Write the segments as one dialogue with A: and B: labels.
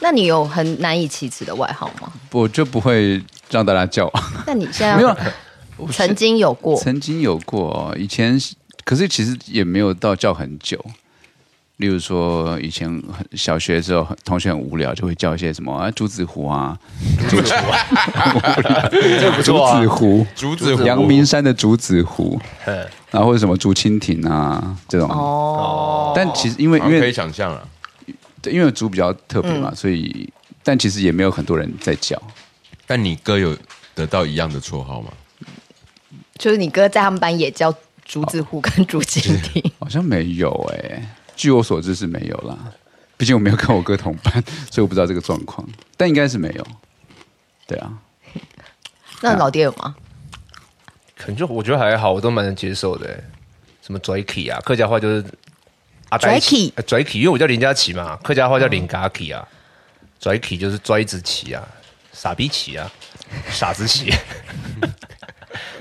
A: 那你有很难以启齿的外号 吗？
B: 我就不会让大家叫，
A: 那你现在
B: 没有
A: 曾经有过，
B: 曾经有过哦，以前是可是其实也没有到叫很久。例如说，以前很小学的时候，同学很无聊，就会叫一些什么啊，竹子湖啊，
C: 这不
B: 竹
C: 错啊
B: 子，湖，
C: 竹子湖
B: 阳明山的竹子湖，
C: 嗯
B: 然后或者什么竹蜻蜓啊这种。
A: 哦，
B: 但其实因为
D: 好
B: 因
D: 像可以
B: 为
D: 想象了，
B: 对因为竹比较特别
A: 嗯
B: 嘛，所以但其实也没有很多人在叫。
D: 但你哥有得到一样的绰号吗？
A: 就是你哥在他们班也叫竹子户跟竹蜻蜓，
B: 好像没有哎、据我所知是没有啦。毕竟我没有跟我哥同班， 所以我不知道这个状况，但应该是没有。对啊，
A: 那老爹有吗？
C: 可能就我觉得还好，我都蛮能接受的。欸什么 Jacky 啊，客家话就是阿呆
A: Jacky
C: 呃 Jacky，因为我叫林佳琪嘛，客家话叫林嘎琪啊，Jacky 就是拽子棋啊，傻逼棋啊，傻子棋。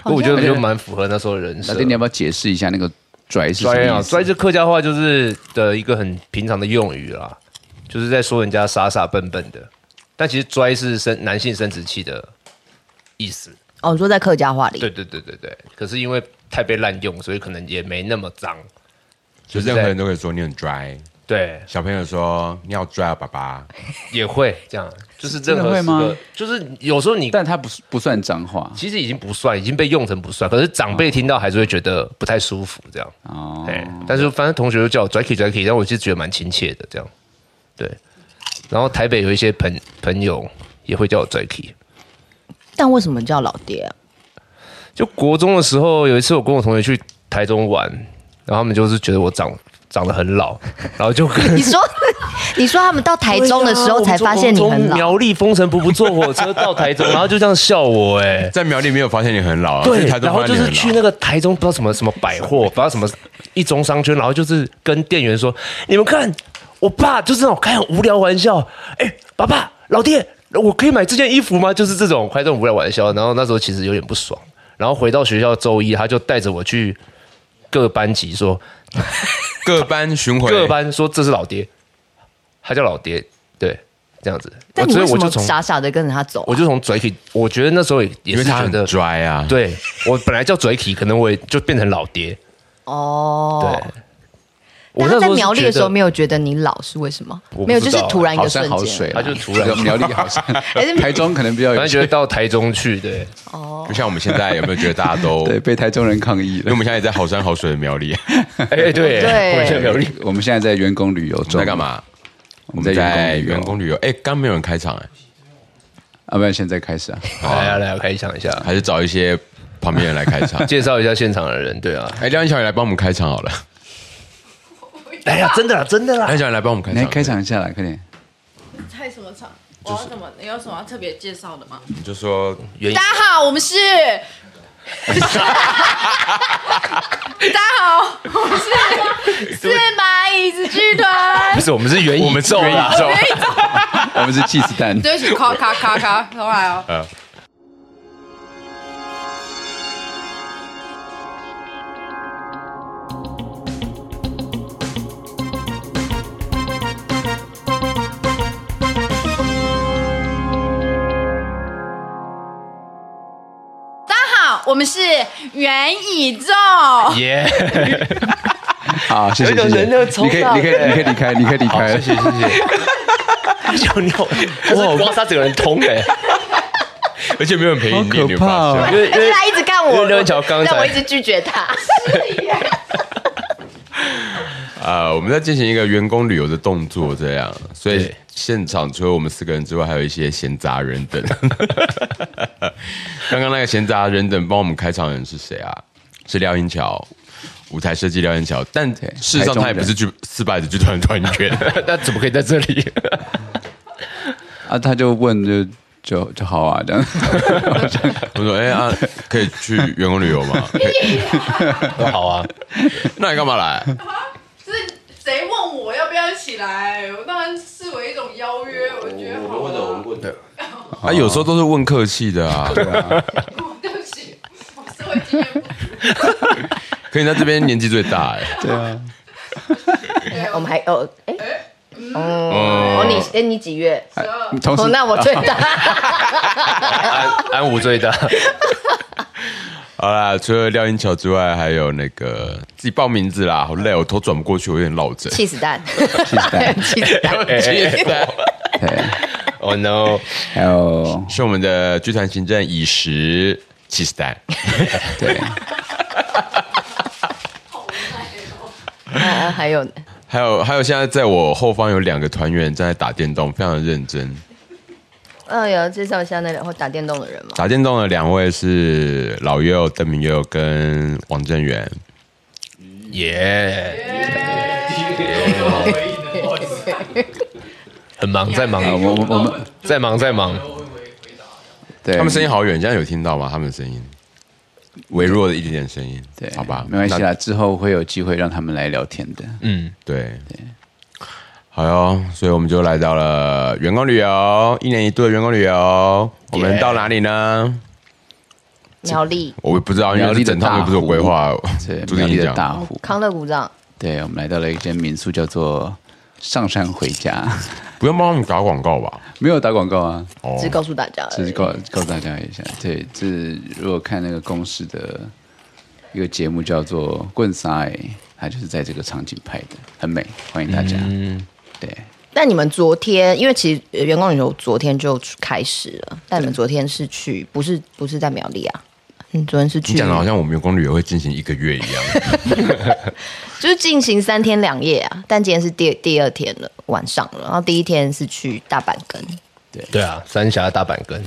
C: 不过我觉得就蛮符合那时候的人
B: 老
C: 设
B: 爹，。你要不要解释一下那个拽是什
C: 拽
B: 么
C: 啊，
B: 意
C: 拽
B: 思？
C: 是客家话就是的一个很平常的用语啦，就是在说人家傻傻笨笨的。但其实拽是生男性生殖器的意思。
A: 哦，你说在客家话里，
C: 对对对对对，可是因为太被滥用，所以可能也没那么脏。
D: 就任何人都可以说你很 dry，
C: 对，
D: 小朋友说你好 dry 啊，爸爸。
C: 也会这样，就是任
B: 真的
C: 何
B: 会
C: 时
B: 吗
C: 刻，就是有时候你
B: 但它不是不算脏话
C: 其实已经不算，已经被用成不算，可是长辈听到还是会觉得不太舒服这样。
B: 哦。
C: 哎、但是反正同学就叫我 Jacky Jacky，但我就觉得蛮亲切的这样。对，然后台北有一些朋朋友也会叫我 Jacky。
A: 但为什么叫老爹啊？
C: 就国中的时候，有一次我跟我同学去台中玩，然后他们就是觉得我长长得很老，然后就跟
A: 你说，你说他们到台中的时候才发现你很
C: 从
A: 老，
C: 苗栗风尘仆仆坐火车到台中，然后就这样笑我哎、
D: 在苗栗没有发现你很老啊，
C: 对
D: 去，台中
C: 然后
D: 发
C: 就
D: 现你
C: 是
D: 很
C: 去
D: 老。
C: 那个台中不知道什么什么百货，不知道什么一中商圈，然后就是跟店员说：“你们看，我爸就是那种开很无聊玩笑，哎，爸爸，老爹，我可以买这件衣服吗？”就是这种开这种无聊玩笑。然后那时候其实有点不爽，然后回到学校周一，他就带着我去各班级说，
D: 各班巡回，
C: 各班说这是老爹，他叫老爹，对，这样子。
A: 但你
C: 所以
A: 为什
C: 我就
A: 么
C: 从
A: 傻傻的跟着他走啊？
C: 我就从嘴 y 我觉得那时候也也
D: 因为
C: 是
D: 他
C: 觉
D: 很
C: 得，
D: dry 啊。，
C: 对我本来叫嘴 y 可能我也就变成老爹。
A: 哦，
C: 对，
A: 但他在苗栗的时候没
C: 有，
A: 有觉得你老是为什么
C: 我不？
A: 没有，就
C: 知
A: 是
C: 道
A: 突然一
B: 好
A: 个
B: 山
A: 瞬
B: 好水
A: 间。
B: 啦，
C: 他就哎突然
B: 这个苗栗好 山，台中可能比较
C: 反
B: 有
C: 正觉得到台中去，对，
D: 不像我们现在有没有觉得大家都，
B: 对
D: 因
B: 被台中人抗议了
D: 为我。们现在也在好山好水的苗栗，啊
C: 哎，对，
A: 对
C: 我去苗 栗，
B: 我们现在在员工旅游
D: 我们
B: 中，
D: 在干？嘛？
B: 我
D: 我
B: 们
D: 们
B: 在
D: 在
B: 员
D: 员
B: 工旅游，
D: 工旅游。哎，刚没有人开场哎，
B: 要不然现在开始啊？
C: 来啊来啊，开场一下，。
D: 还是找一些旁边人来开场
C: 介绍一下现场的人，对啊，
D: 哎，廖英小你来帮我们开场好了，
C: 哎呀，真的啦，真的
D: 廖
C: 啦，
D: 英小你来帮我们开
B: 来
D: 场。
B: 开，场一下来，快点！
E: 开什么场？我要怎么？你有什么要特别介绍的吗？
D: 你就说
C: 原因
E: 大家好，我们是。大家好，我们是四蚂蚁子剧团
C: 不。是我们是原我们
D: 咒啦，
B: 我们是气死蛋，
E: 对不起，咔咔咔咔，重来哦。大家好，我们是元宇宙。
C: 耶，
B: 好，谢谢谢
C: 有一种
B: 谢。
C: 人那个冲
B: 你可以
C: 浪
B: 你可以你可以离开，你可以离
C: 好，
B: 开
C: 谢。谢谢谢，小鸟，哇，刮痧整个人通 哎，
D: 而且没有人陪你念，你有
B: 好可怕
D: 发
B: 哦
D: 现吗？
C: 因为
A: 而
C: 因
A: 且
C: 为
A: 他一直干
C: 因
A: 我，
C: 为刘文桥刚才
A: 让我一直拒绝 他。
D: 呃，我们在进行一个员工旅游的动作，这样，所以
C: 对
D: 现场除了我们四个人之外，还有一些闲杂人等。 刚刚那个闲杂人等帮我们开场的人是谁啊？是廖英桥，舞台设计廖英桥，但事实上他也不是剧四百的剧团团员。
C: 那怎么可以在这里？
B: 啊，他就问就就就好啊，这样
D: 我说，哎、啊，可以去员工旅游吗？可以
C: 好啊，
D: 那你干嘛来？
E: 是谁问我要不要一起来？我当然视为一种邀约，我觉得好、啊。
D: 啊，有时候都是问客气的啊。
E: 对不起，我社会经验不足。
D: 可你在这边年纪最大哎、
B: 对啊，
A: 我们还哦，哎，哦，你哎，你几月？
B: 你同时
A: 哦，那我最大。
C: 安安武 最大，
D: 好啦，除了廖英桥之外，还有那个自己报名字啦，好累哦，我头转不过去，我有点落枕。
A: 气死蛋， 气死 蛋，
C: 哎 Oh no！
B: 还有
D: 是我们的剧团行政以时七十代，
B: 对，
A: 啊还有呢
D: 还有还有现在在我后方有两个团员正在打电动，非常的认真。
A: 哎呀，介绍一下那两会打电动的人嘛。
D: 打电动的两位是老佑、邓明佑跟王正源。
C: 耶，很忙，在忙，
B: 我我我们
C: 在忙，在忙。
B: 对
D: 他们声音好远，现在有听到吗？他们的声音，微弱的一点点声音，
B: 对，
D: 好吧，
B: 没关系
D: 那
B: 啦，之后会有机会让他们来聊天的。
C: 嗯，
D: 对对，好哟，所以我们就来到了员工旅游，一年一度的员工旅游，我们到哪里呢？
A: 苗栗
D: 我也不知道，因
B: 苗
D: 为
B: 栗的
D: 这整趟
B: 大
D: 又不是我
B: 湖
D: 规划，
B: 对，
D: 朱
B: 苗
D: 定
B: 栗
D: 你
B: 的
D: 讲。
B: 大湖，
A: 康乐鼓掌，
B: 对，我们来到了一间民宿，叫做上山回家，
D: 不用帮我们打广告吧？哦
B: 没有打广告啊，
A: 只是告诉大家而已，
B: 只是告告诉大家一下。对，这如果看那个公司的一个节目叫做《棍杀》，它就是在这个场景拍的，很美，欢迎大家。嗯，对，
A: 那你们昨天，因为其实呃员工旅游昨天就开始了，但你们昨天是去，不是不是在苗栗啊？你昨天是
D: 你
A: 去
D: 讲，的好像我们员工旅游会进行一个月一样。
A: 就是进行三天两夜啊，但今天是第第二天了，晚上了。然后第一天是去大阪根，
C: 对啊，三峡大阪根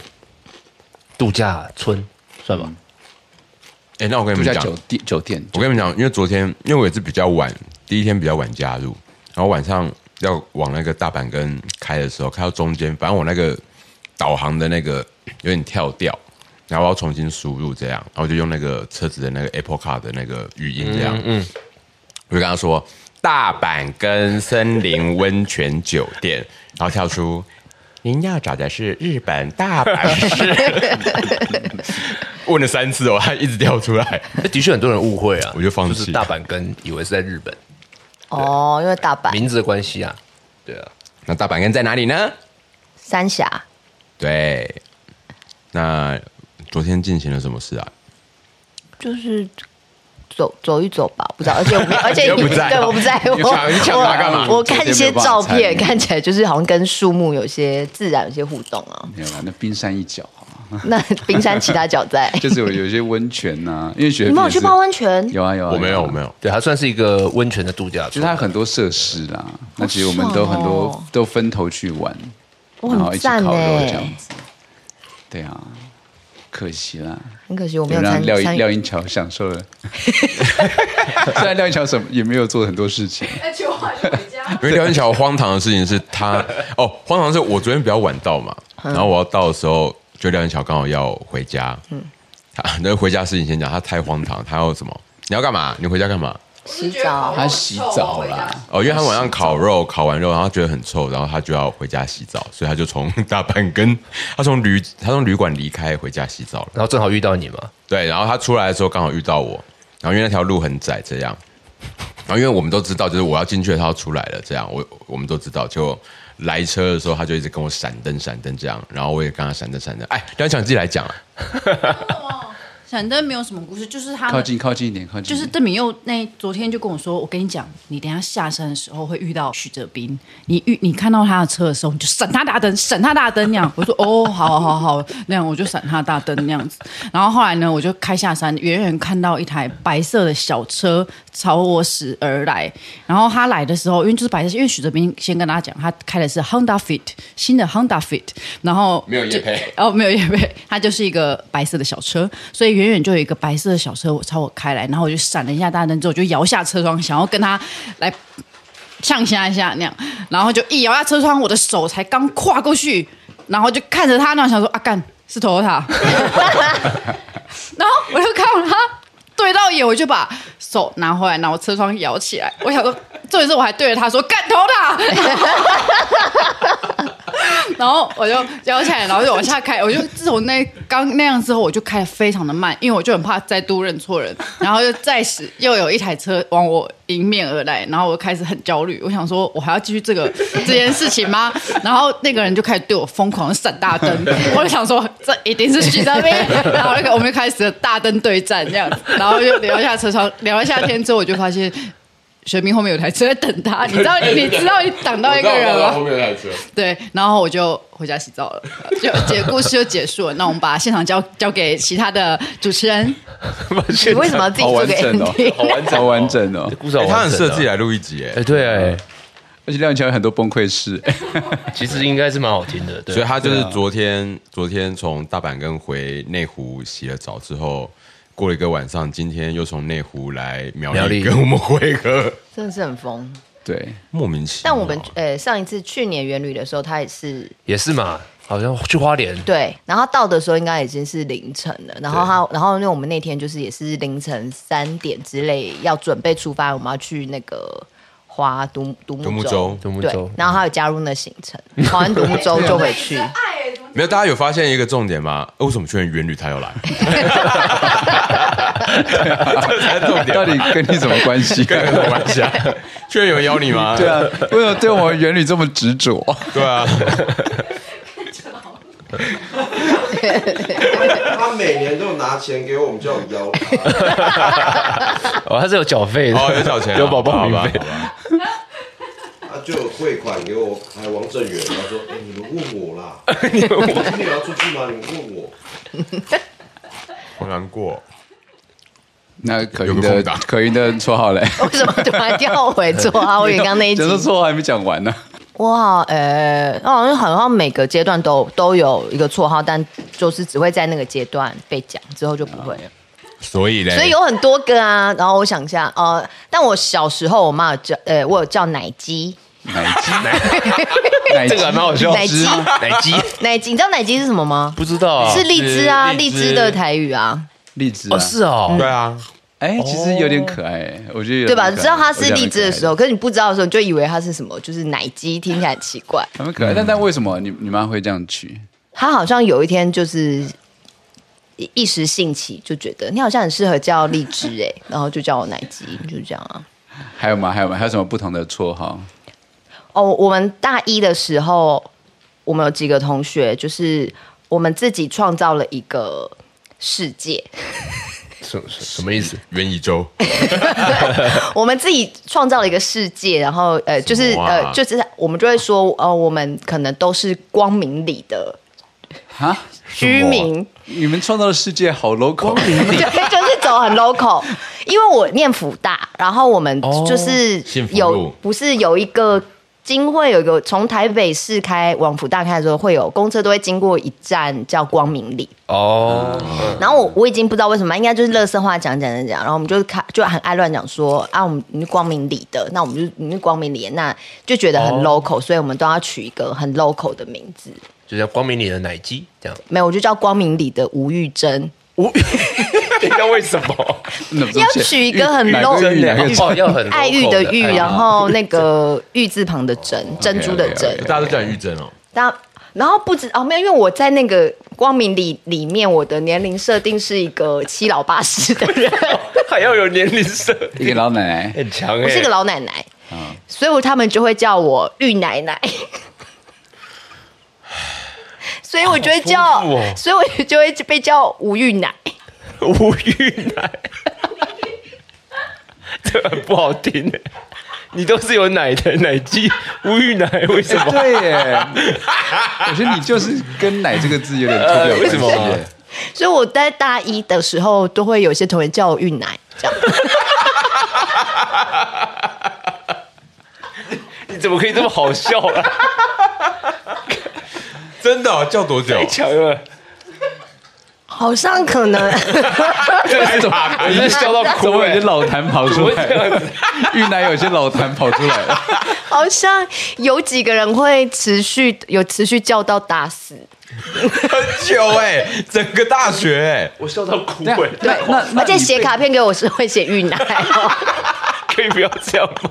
C: 度假村算吧，
D: 哎，那我跟你
B: 度
D: 们
B: 假
D: 讲，
B: 酒店酒店，
D: 我跟你们讲，因为昨天因为我也是比较晚，第一天比较晚加入，然后晚上要往那个大阪跟开的时候，开到中间，反正我那个导航的那个有点跳掉，然后我要重新输入这样，然后我就用那个车子的那个 Apple Car 的那个语音这样，嗯，我就跟他说大阪跟森林温泉酒店，然后跳出。您要找的是日本大阪市， 问了三次哦，他一直跳出来。
C: 那的确很多人误会啊，
D: 我就放弃
C: 是大阪根以为是在日本，
A: 哦，因为大阪
C: 名字的关系啊，对啊，
D: 那大阪根在哪里呢？
A: 三峡，
D: 对，那昨天进行了什么事啊？
A: 就是走走一走吧，不知道。而且我没， 而且
D: 又不在
A: 对，我不在，我
B: 你抢你抢他干嘛
A: 我我看一些照
B: 昨天没有
A: 片，
B: 办法参与
A: 看起来就是好像跟树木有些自然有些互动 啊。
B: 没有啦，那冰山一角好吗？
A: 那冰山其他角在，
B: 就是有有一些温泉呐、因为雪
A: 你们有去泡温泉？
B: 有啊有啊，
D: 哦我没有，
B: 啊
D: 我没有。
C: 对，它算是一个温泉的度假
B: 就
C: 村
B: 是它。有很多设施啦，那其实我们
A: 爽
B: 都很多、
A: 哦
B: 都分头去玩，
A: 我
B: 然后一
A: 很
B: 起烤
A: 赞
B: 肉
A: 哎、
B: 这样子。对啊，可惜啦，
A: 很可惜我没
B: 有
A: 有
B: 让
A: 参
B: 廖
A: 参
B: 廖
A: 与。
B: 英桥享受了。 虽然廖英桥什么也没有做很多事情，
E: 那求完就回家。
D: 因为廖天桥荒唐的事情是他哦， 荒唐的是我昨天比较晚到嘛，然后我要到的时候，就廖天桥刚好要回家。嗯，他 那回家事情先讲，他太荒唐，他要什么？你要干嘛？你回家干嘛？
A: 洗澡
B: 他洗澡啦。
D: 哦，因为他晚上烤肉，烤完肉，然后他觉得很臭，然后他就要回家洗澡，所以他就从大阪跟他从旅他从旅馆离开回家洗澡了。
C: 然后正好遇到你嘛，
D: 对，然后他出来的时候刚好遇到我，然后因为那条路很窄，这样，然后因为我们都知道，就是我要进去了，他要出来了，这样，我我们都知道，就来车的时候他就一直跟我闪灯闪灯这样，然后我也跟他闪灯闪灯，哎，梁强自己来讲啊，
F: 闪灯没有什么故事，就是他
B: 靠
F: 们
B: 近靠近一点，靠近
F: 就
B: 一点
F: 是邓敏佑那昨天就跟我说，我跟你讲，你等一下下山的时候会遇到许哲斌，你遇你看到他的车的时候，你就闪他大灯，闪他大灯那样。我说哦，好好好，那样我就闪他大灯那样子。然后后来呢，我就开下山，远远看到一台白色的小车朝我驶而来。然后他来的时候，因为就是白色，因为许哲斌先跟大家讲，他开的是 Honda Fit 新的 Honda Fit，然后
D: 没有业配
F: 就哦，没有夜配， 它就是一个白色的小车，所以远远就有一个白色的小车我朝我开来，然后我就闪了一下大灯之后，我就摇下车窗，想要跟他来呛下一下那样，然后就一摇下车窗，我的手才刚跨过去，然后就看着他那样想说啊干是 Toyota，然后我就看到他对到眼，我就把手拿回来，然后车窗摇起来，我想说重点是我还对着他说干头他，然后我就摇起来，然后就往下开。我就自从那刚那样之后，我就开得非常的慢，因为我就很怕再度认错人。然后就再时又有一台车往我迎面而来，然后我开始很焦虑，我想说我还要继续这个这件事情吗？然后那个人就开始对我疯狂地闪大灯，我就想说这一定是许哲斌。 然后那个我们就开始了大灯对战这样子，然后就聊一下车窗，聊一下天之后，我就发现。学兵后面有台车在等他，你知道你知道你挡到一个人吗？
D: 面那台车，
F: 对，然后我就回家洗澡了， 就结故事就结束了。那我们把现场交交给其他的主持人，
A: 你为什么要自己
B: 好
A: 做
B: 完
A: 给
B: 整哦
A: Andy？，
B: 好 完整，好完整哦。
C: 故事好
D: 欸他
C: 完
D: 很
C: 整
D: 适
C: 啊
D: 合自己来录一集
C: 哎，
D: 哎，
C: 对，哎
B: 而且廖永强有很多崩溃事，
C: 其实应该是蛮好听的，对
D: 所以他就是昨天昨天从大阪跟回内湖洗了澡之后。过了一个晚上，今天又从内湖来苗
C: 苗
D: 栗
C: 栗
D: 跟我们会合，
A: 真的是很疯。
B: 对，
D: 莫名其妙。
A: 但我
B: 哦
A: 们呃上一次去年元旅的时候，他也是
C: 也是嘛，好像去花莲，
A: 对，然后到的时候应该已经是凌晨了，然后他，然后因为我们那天就是也是凌晨三点之类要准备出发，我们要去那个花独独
D: 独
A: 木
D: 木舟
C: 独木
A: 对
C: 舟，
A: 然后他有加入那行程，跑完独木舟就回去
E: 真，爱怎么
D: 没有，大家有发现一个重点吗？呃为什么去年元旅他要来？这才是重点
B: 到底跟你什么关系？
D: 跟我玩一下，确有人邀你吗？
B: 对啊，为什么对我们原理这么执着？
D: 对啊，
G: 他每年都拿钱给我们，叫我们邀他。
C: 哦，他是有缴费的，
D: 哦，有小钱啊，
C: 有宝宝
D: 好
C: 明
D: 吧？好
C: 费，
D: 吧
G: 他就有汇款给我，还有王正源，他说：“哎、你们问我 啦，今天有要出去吗？你们问我。
D: 好难过。
B: 那可
D: 有
B: 云
D: 个空
B: 的
D: 档
B: 可云的 绰号嘞？
A: 为什么突然跳回做啊？我以为刚刚那一集
B: 讲，到绰号还没讲完呢。
A: 我好呃，我好像好像每个阶段都都有一个绰号，但就是只会在那个阶段被讲，之后就不会了。
D: 哎所以嘞，
A: 所以有很多个啊。然后我想一下，呃，但我小时候我妈有叫，呃，我有叫奶鸡，
B: 奶鸡，奶
C: 这个啊还蛮好笑，
A: 奶鸡
C: 奶鸡
A: 奶鸡，你知道奶鸡是什么吗？
C: 不知道啊
A: 是荔枝啊，
D: 荔
A: 荔
D: 枝
A: 枝的台语啊，
B: 荔枝啊
C: 哦，是哦，
D: 对啊，
B: 哎，其实有点可爱，我觉得有点
A: 对吧？
B: 可爱
A: 知道它是荔枝的时，
B: 我
A: 候，可是你不知道的时候，你就以为它是什么，就是奶鸡，听起来很奇怪。
B: 觉得蛮可爱的还蛮可爱。但但为什么你你妈会这样取？
A: 他好像有一天就是一一时兴起，就觉得你好像很适合叫荔枝哎、然后就叫我奶鸡，就这样啊。
B: 还有吗？还有吗？还有什么不同的绰号？
A: 哦，我们大一的时候，我们有几个同学，就是我们自己创造了一个世界，
C: 什什什么意思？
D: 元一周
A: 我们自己创造了一个世界，然后呃，就是
D: 什么啊
A: 呃，就是我们就会说，呃，我们可能都是光明里的
B: 啊，
A: 居民，
B: 你们创造的世界好 local，
A: 对，就是走很 local。因为我念福大，然后我们
C: 哦
A: 就是
D: 幸福
A: 有、
D: 路
A: 不是有一个经会有一个从台北市开往福大开的时候，会有公车都会经过一站叫光明里，
C: 哦，
A: 然后我我已经不知道为什么，应该就是乐色话讲讲讲讲，然后我们就开就很爱乱讲说啊，我们你是光明里的，那我们就你是光明里的，那就觉得很 local，、所以我们都要取一个很 local 的名字。
C: 就像光明里的奶鸡这样。
A: 没有，我就叫光明里的吴玉珍，
C: 无，你知道哦为什 么？
A: 要取一个很 low
B: 真的
C: 哦，要很
A: 爱玉
C: local
A: 的
C: 的
A: 玉，啊
C: 爱
A: 然后那个玉字旁的珍，珍珠的珍。
B: OK，OK，OK
D: 大家都叫你玉珍哦，
A: 然后然后不止哦，没有，因为我在那个光明里里面，我的年龄设定是一个七老八十的人。
C: 还要有年龄设定，
B: 一个老奶奶，
C: 很强哎。嗯
A: 我是个老奶奶，所以我他们就会叫我玉奶 奶。所以我就会叫，
C: 好丰富哦
A: 所以我就会被叫吴玉奶。
C: 无欲奶， 这很不好听哎。你都是有奶的奶鸡，无欲奶为 什么？
B: 对耶，我觉得你就是跟“奶”这个字有点脱不了
C: 呃为什么啊
B: 关系耶
A: 所以我在大一的时候，都会有一些同学叫我玉奶，这样
C: 你怎么可以这么好笑啊？
D: 真的哦叫多久
C: 太？强了，
A: 好像可能
C: 你是笑到
B: 怎
C: 哭
B: 么
C: 哎
B: 有些。老痰跑出来
C: 怎么会这
B: 了？玉奶有些老痰跑 出来了，
A: 好像有几个人会持续有持续叫到打死。
D: 很久哎，整个大学哎，
C: 我笑到哭
B: 对
C: 哎
B: 啊，那那那
A: 而且
B: 你
A: 写
B: 被
A: 卡片给我是会写玉奶、哦，
C: 可以不要这样吗？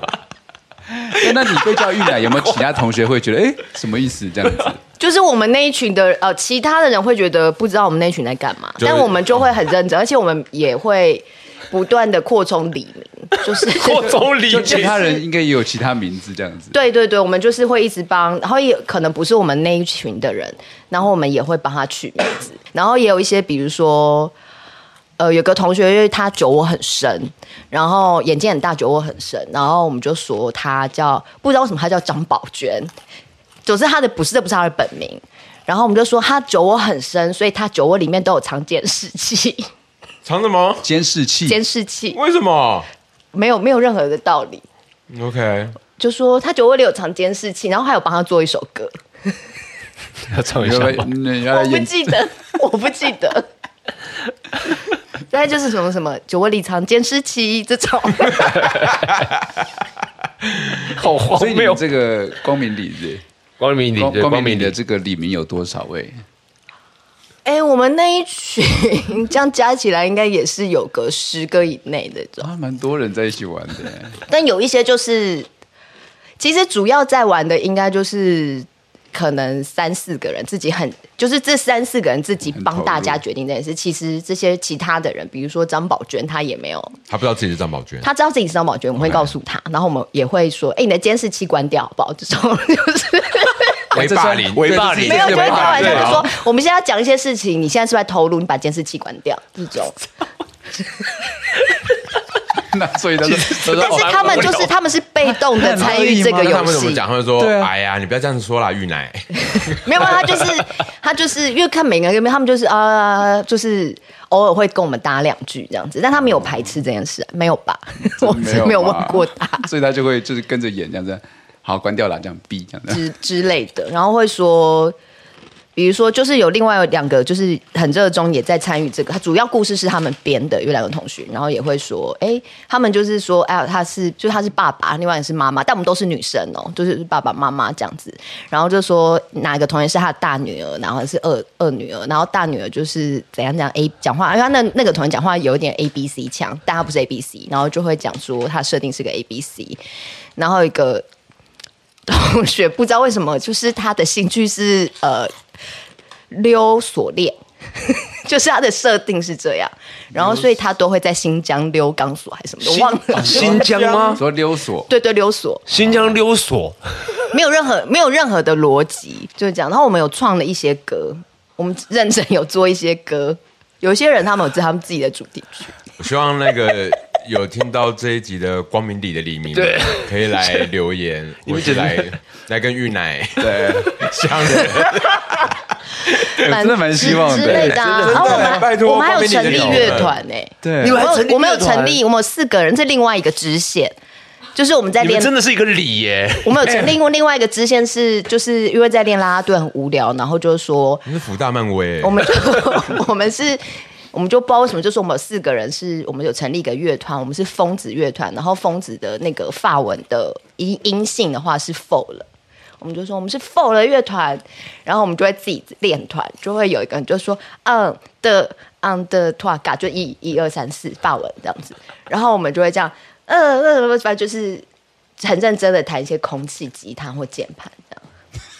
B: 哎 那你被叫玉奶，有没有其他同学会觉得，哎，什么意思这样 子？
A: 就是我们那一群的呃，其他的人会觉得不知道我们那一群在干嘛，
D: 就是
A: 但我们就会很认真，而且我们也会不断的扩充李明，就是
C: 扩充理
B: 就其
C: 解。
B: 他人应该也有其他名字这样子。
A: 对对对，我们就是会一直帮，然后也可能不是我们那一群的人，然后我们也会帮他取名字，然后也有一些比如说。呃，有个同学，因为他酒窝很深，然后眼睛很大，酒窝很深，然后我们就说他叫不知道为什么他叫张宝娟，总之他的不是这不是他的本名，然后我们就说他酒窝很深，所以他酒窝里面都有藏监视器，
D: 藏什么？
B: 监视器，
A: 监视器
D: 为什么
A: 没有没有任何的道理，
D: ？OK，
A: 就说他酒窝里有藏监视器，然后还有帮他做一首歌，
C: 要唱一
B: 要
C: 下
B: 不
C: 吗
B: 要你要
A: 我
B: 来
A: 不
B: 演
A: 记得，我不记得。大概就是什么什么酒窝里藏监视器这种，
B: 所
C: 好荒
B: 以你
C: 谬
B: 们！这个光明里子，
C: 光明
B: 光
C: 顶，对
B: 光
C: 哦光
B: 明
C: 明
B: 里的
C: 顶，
B: 这个里面有多少位？
A: 哎、我们那一群这样加起来应该也是有个十个以内的这种，
B: 啊，蛮多人在一起玩的。
A: 但有一些就是，其实主要在玩的应该就是可能三四个人自己很，就是这三四个人自己帮大家决定这件事。其实这些其他的人，比如说张宝娟，她也没有
D: 他不知道自己是张宝娟，
A: 他知道自己是张宝娟，我们会告诉他，然后我们也会说，哎、你的监视器关掉好不好？这种就是。
D: 为霸凌，
C: 伪霸凌
A: 没
D: 对
A: 有，就是
D: 这
A: 是
D: 伪
A: 开
D: 霸
A: 玩
D: 凌
A: 笑，就
D: 对啊
A: 说我们现在要讲一些事情，你现在是不是在偷录？你把监视器关掉，这种。
B: 那所以他说，他说
A: 但是
B: 哦
A: 他们就是他们是被动的 参与这个
D: 那他
A: 游
D: 们怎么
A: 戏，
D: 讲？他们说
B: 对：“啊
D: 哎呀，你不要这样子说啦，玉奶。
A: 没有，啊他就是 他就是因为看每个人，他们就是啊，就是偶尔会跟我们搭两句这样子，但他没有排斥这件事，没有吧？ 我是没有问
B: 吧
A: 过他。
B: 所以他就会就是跟着演这样子。好，关掉了，这样 B 这样子。
A: 之之类的，然后会说，比如说就是有另外有两个就是很热衷也在参与这个，他主要故事是他们编的，有两个同学，然后也会说，哎，他们就是说，哎呀，他是就是他是爸爸，另外也是妈妈，但我们都是女生哦，就是爸爸妈妈这样子，然后就说哪个同学是他的大女儿，然后是二二女儿，然后大女儿就是怎样怎样 A 讲话，因为他那那个同学讲话有一点 A B C 腔，但他不是 A B C，然后就会讲说他设定是个 A B C，然后一个同学， 不知道为什么，就是他的兴趣是呃溜锁链， 就是他的设定是这样，然后所以他都会在新疆溜钢索还是什么的，我忘了。
C: 新疆吗？
B: 说溜索，
A: 对对，溜索
C: 新疆溜索，
A: 没有任何没有任何的逻辑，就是这样。然后我们有创了一些歌，我们认真有做一些歌，有一些人他们有自他们自己的主题曲，”
D: 我希望那个有听到这一集的光明里的黎明，
C: 对，
D: 可以来留 言，
C: 你
D: 我
C: 们觉
D: 是
C: 得
D: 来 来跟玉奶对 相认。
B: 哎我真的蛮希望
A: 之
B: 的
A: 类。的啊。
D: 真的
A: 然后我们
D: 拜
A: 还
D: 托
A: 我们还有
D: 光明
A: 成
D: 顶
A: 立
D: 的鸟
A: 乐团呢，
B: 对
A: 我
C: 你们还
A: 们有
C: 成立
A: 我们有
C: 乐团
A: 成立，我们有四个人，这另外一个支线。就是我们在
C: 你们
A: 练
C: 真的是一个礼耶！
A: 我们有成另外另外一个支线是，就是因为在练拉拉队很无聊，然后就说
D: 你是福大漫 威，
A: 我们就 我们是。我们就不知道为什么，就是我们有四个人是，我们有成立一个乐团，我们是疯子乐团，然后疯子的那个发文的音音性的话是 f o 了，我们就说我们是 f o 了乐团，然后我们就会自己练团，就会有一个人就说嗯的嗯的 t w a g a 就一一二三四发文这样子，然后我们就会这样，呃呃，呃反正就是很认真的弹一些空气吉他或键盘这样。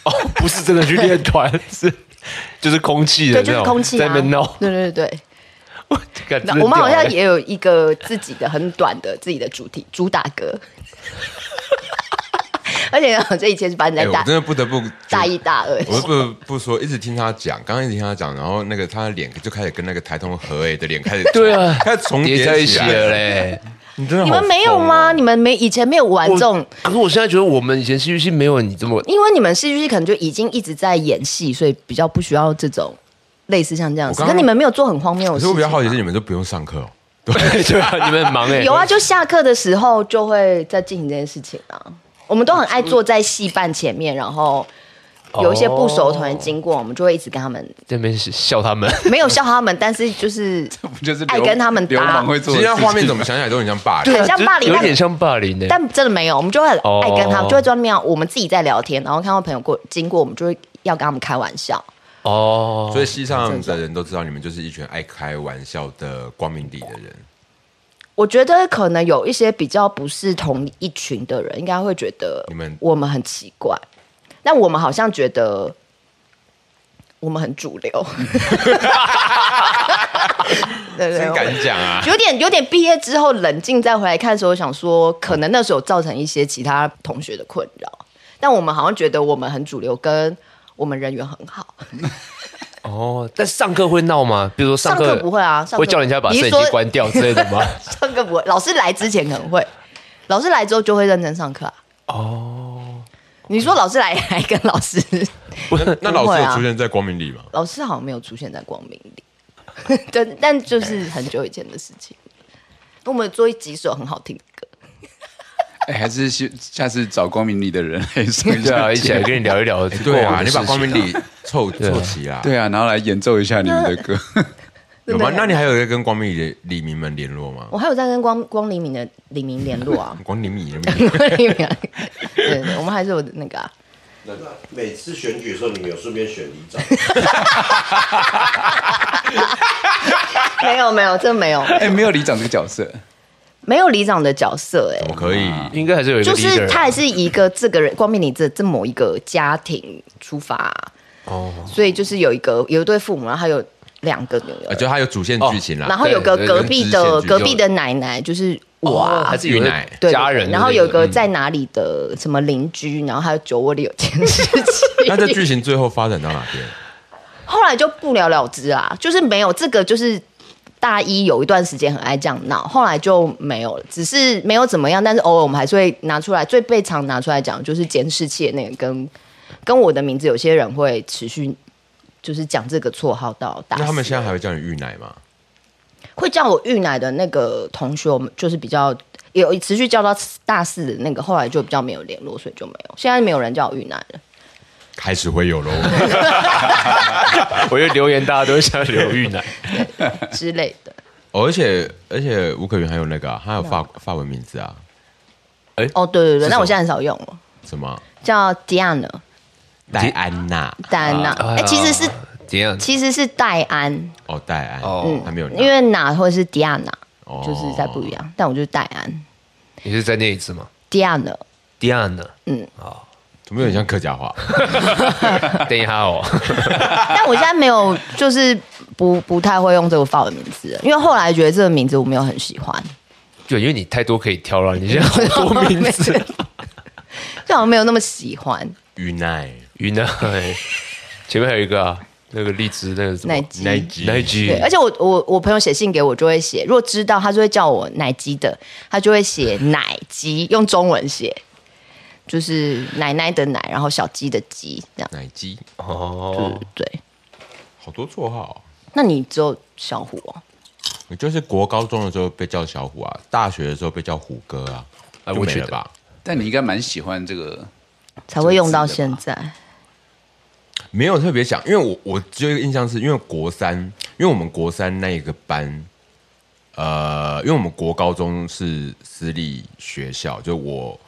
C: 哦，不是真的去练团， 是就是空气的
A: 对，
C: 那
A: 就
C: 种，
A: 是空气、啊、
C: 在那边闹。
A: 对对对对
C: 干
A: 那
C: 真的
A: 我们好
C: 屌
A: 像
C: 耶
D: 欸
A: 也有一个自己的很短的自己的主题主打歌， 而且哦这一切是把你在
D: 哎，我
A: 大、
D: 真的不得不
A: 大一大二。
D: 我不不说，一直听他讲，刚刚一直听他讲，然后那个他的脸就开始跟那个台通和诶的脸开始
C: 对啊
D: 开始重
B: 叠在
D: 叠
B: 一起
D: 来
B: 了。嘞，
D: 你真的
A: 你
D: 好
A: 们没有
D: 疯哦
A: 吗？你们没以前没有玩
C: 我
A: 这种，
C: 可是我现在觉得我们以前戏剧系没有你这么
A: 因为你们戏剧系可能就已经一直在演戏，所以比较不需要这种类似像这样的
D: 我
A: 事。
D: 刚
A: 可
D: 刚
A: 你们没有做很荒谬的
D: 可
A: 事
D: 是
A: 情
D: 我
A: 吗。
D: 比较好奇是你们都不用上课哦，
C: 对对啊，你们很忙哎、
A: 有啊，就下课的时候就会在进行这件事情啊。我们都很爱坐在戏班前面，然后有一
D: 哦
A: 些不熟的同学经过，我们就会一直跟他们
C: 在那边笑他们，
A: 没有笑他们，但是 就是
B: 不就是
A: 爱
B: 流
A: 跟他们
B: 流
A: 搭
B: 氓会做
D: 其
B: 的事
D: 实那
B: 情？
D: 画面怎么想起来都很像霸凌。
A: 很像霸凌
C: 啊有
A: 但
C: 点像霸凌呢、
A: 但真的没有，我们就会很
C: 哦
A: 爱跟他们，就会在那边我们自己在聊天，然后看到朋友过经过，我们就会要跟他们开玩笑。
C: 哦，
D: 所以西上的人都知道你们就是一群爱开玩笑的光明底的人。
A: 我觉得可能有一些比较不是同一群的人，应该会觉得
D: 你们
A: 我们很奇怪，但我们好像觉得我们很主 流， 对 对
D: 真
A: 我
D: 敢讲啊！
A: 有点有点毕业之后冷静再回来看的时候，想说可能那时候有造成一些其他同学的困扰，但我们好像觉得我们很主流，跟我们人缘很好。
C: 哦，但上课会闹吗？比如说上课
A: 上课不会啊上课
C: 会叫人家把摄影
A: 你是
C: 机
A: 说
C: 关掉之类的 吗？
A: 上课不会，老师来之前可能会，老师来之后就会认真上课啊。哦，你说老师来 还跟老师，
D: 那
A: 不
D: 老
A: 会
D: 师有
A: 啊
D: 出现在光明里吗？
A: 老师好像没有出现在光明里， 但但就是很久以前的事情。我们做一几首很好听的歌，
B: 哎，还是下下次找光明里的人来 上一
C: 对
B: 下
C: 啊，一起来
B: 节目
C: 跟你聊一聊。
D: 对
C: 过往
D: 啊，
C: 的
D: 你
C: 事
D: 把
C: 情
D: 光明里凑凑齐啦。
B: 对啊，然后来演奏一下你们的 歌。
D: 有吗？
A: 对
D: 那你还有在跟光明里的李明们联络吗？，
A: 我还有在跟光光黎明的李明联络 啊
D: 光明里，
A: 光黎明，对对，我们还是有那个、啊，
G: 那每次选举的时候，你们有顺便选里长？
A: 没有没有，这没有
B: 哎，没有里长这个角色，
A: 没有里长的角色哎、
D: 我可以。
C: 应该还是有一个
A: 就
C: leader，
A: 是
C: 啊
A: 他还是一个这个人，光明你这这某一个家庭出发、啊
C: 哦
A: 所以就是有一个有一对父母，然后还有两个女
C: 啊
D: 呃，
A: 儿，
D: 就他有主线剧情啦，
A: 然后有个
D: 对
A: 隔壁的
D: 对
A: 隔壁的奶奶就是我
C: 哇，
A: 啊
C: 哦还。是有一个
D: 玉奶
A: 对，
C: 家人的那，嗯
A: 然后有个在哪里的什么邻居，然后还有酒窝里有监视器，
D: 那这剧情最后发展到哪边？
A: 后来就不了了之啦，就是没有这个，就是大一有一段时间很爱这样闹，后来就没有了，只是没有怎么样，但是偶尔我们还是会拿出来，最被常拿出来讲的就是监视器的那个跟跟我的名字，有些人会持续就是讲这个绰号到大四。
D: 那他们现在还会叫你玉奶吗？
A: 会叫我玉奶的那个同学，我们就是比较有持续叫到大四的那个，后来就比较没有联络，所以就没有，现在没有人叫我玉奶了。
D: 开始会有喽。
C: 我觉得留言大家都会想要留玉 奶，
A: 之类的。
D: 哦，而且而且吴可云还有那个、啊，他有法法文名字啊，
C: 哎
A: 哦，对对对，
D: 什
A: 那
D: 么
A: 我现在很少用了，
D: 什么
A: 叫 Diana
D: 戴安娜？
A: 戴安娜，
D: 啊
C: 啊
A: 哎、其实是
C: 怎样？
A: 其实是戴安，
D: 哦，戴安，
C: 哦
D: 哦，还没有娜，
A: 嗯因为哪或者是迪亚娜，
D: 哦
A: 就是在不一样，但我就是戴安，
C: 你是再念一次 吗？
A: 迪亚娜。
C: 第二呢？
D: 怎么有点像客家话？
C: 等一下哦，
A: 但我现在没有，就是不不太会用这个法文名字了，因为后来觉得这个名字我没有很喜欢，
C: 对，因为你太多可以挑了，你现在好多名 字
A: 没，就好像没有那么喜欢
D: 玉奶
C: 云南，前面还有一个啊，那个荔枝那个什么
A: 奶鸡。
D: 奶吉
C: 那一句
A: 对，而且我我我朋友写信给我就会写，如果知道他就会叫我奶鸡的，他就会写奶鸡，用中文写，就是奶奶的奶，然后小鸡的鸡这样，
D: 奶鸡，
C: 哦，
A: 对。
D: 好多绰号哦。
A: 那你只有小虎哦，
D: 我就是国高中的时候被叫小虎啊，大学的时候被叫虎哥啊，
C: 哎
D: 就
C: 我
D: 没
C: 觉
D: 了
C: 得
D: 吧？
B: 但你应该蛮喜欢这个，
A: 才会用到现在。
D: 没有特别想，因为我我只有一个印象是，因为国三，因为我们国三那一个班，呃，因为我们国高中是私立学校，就我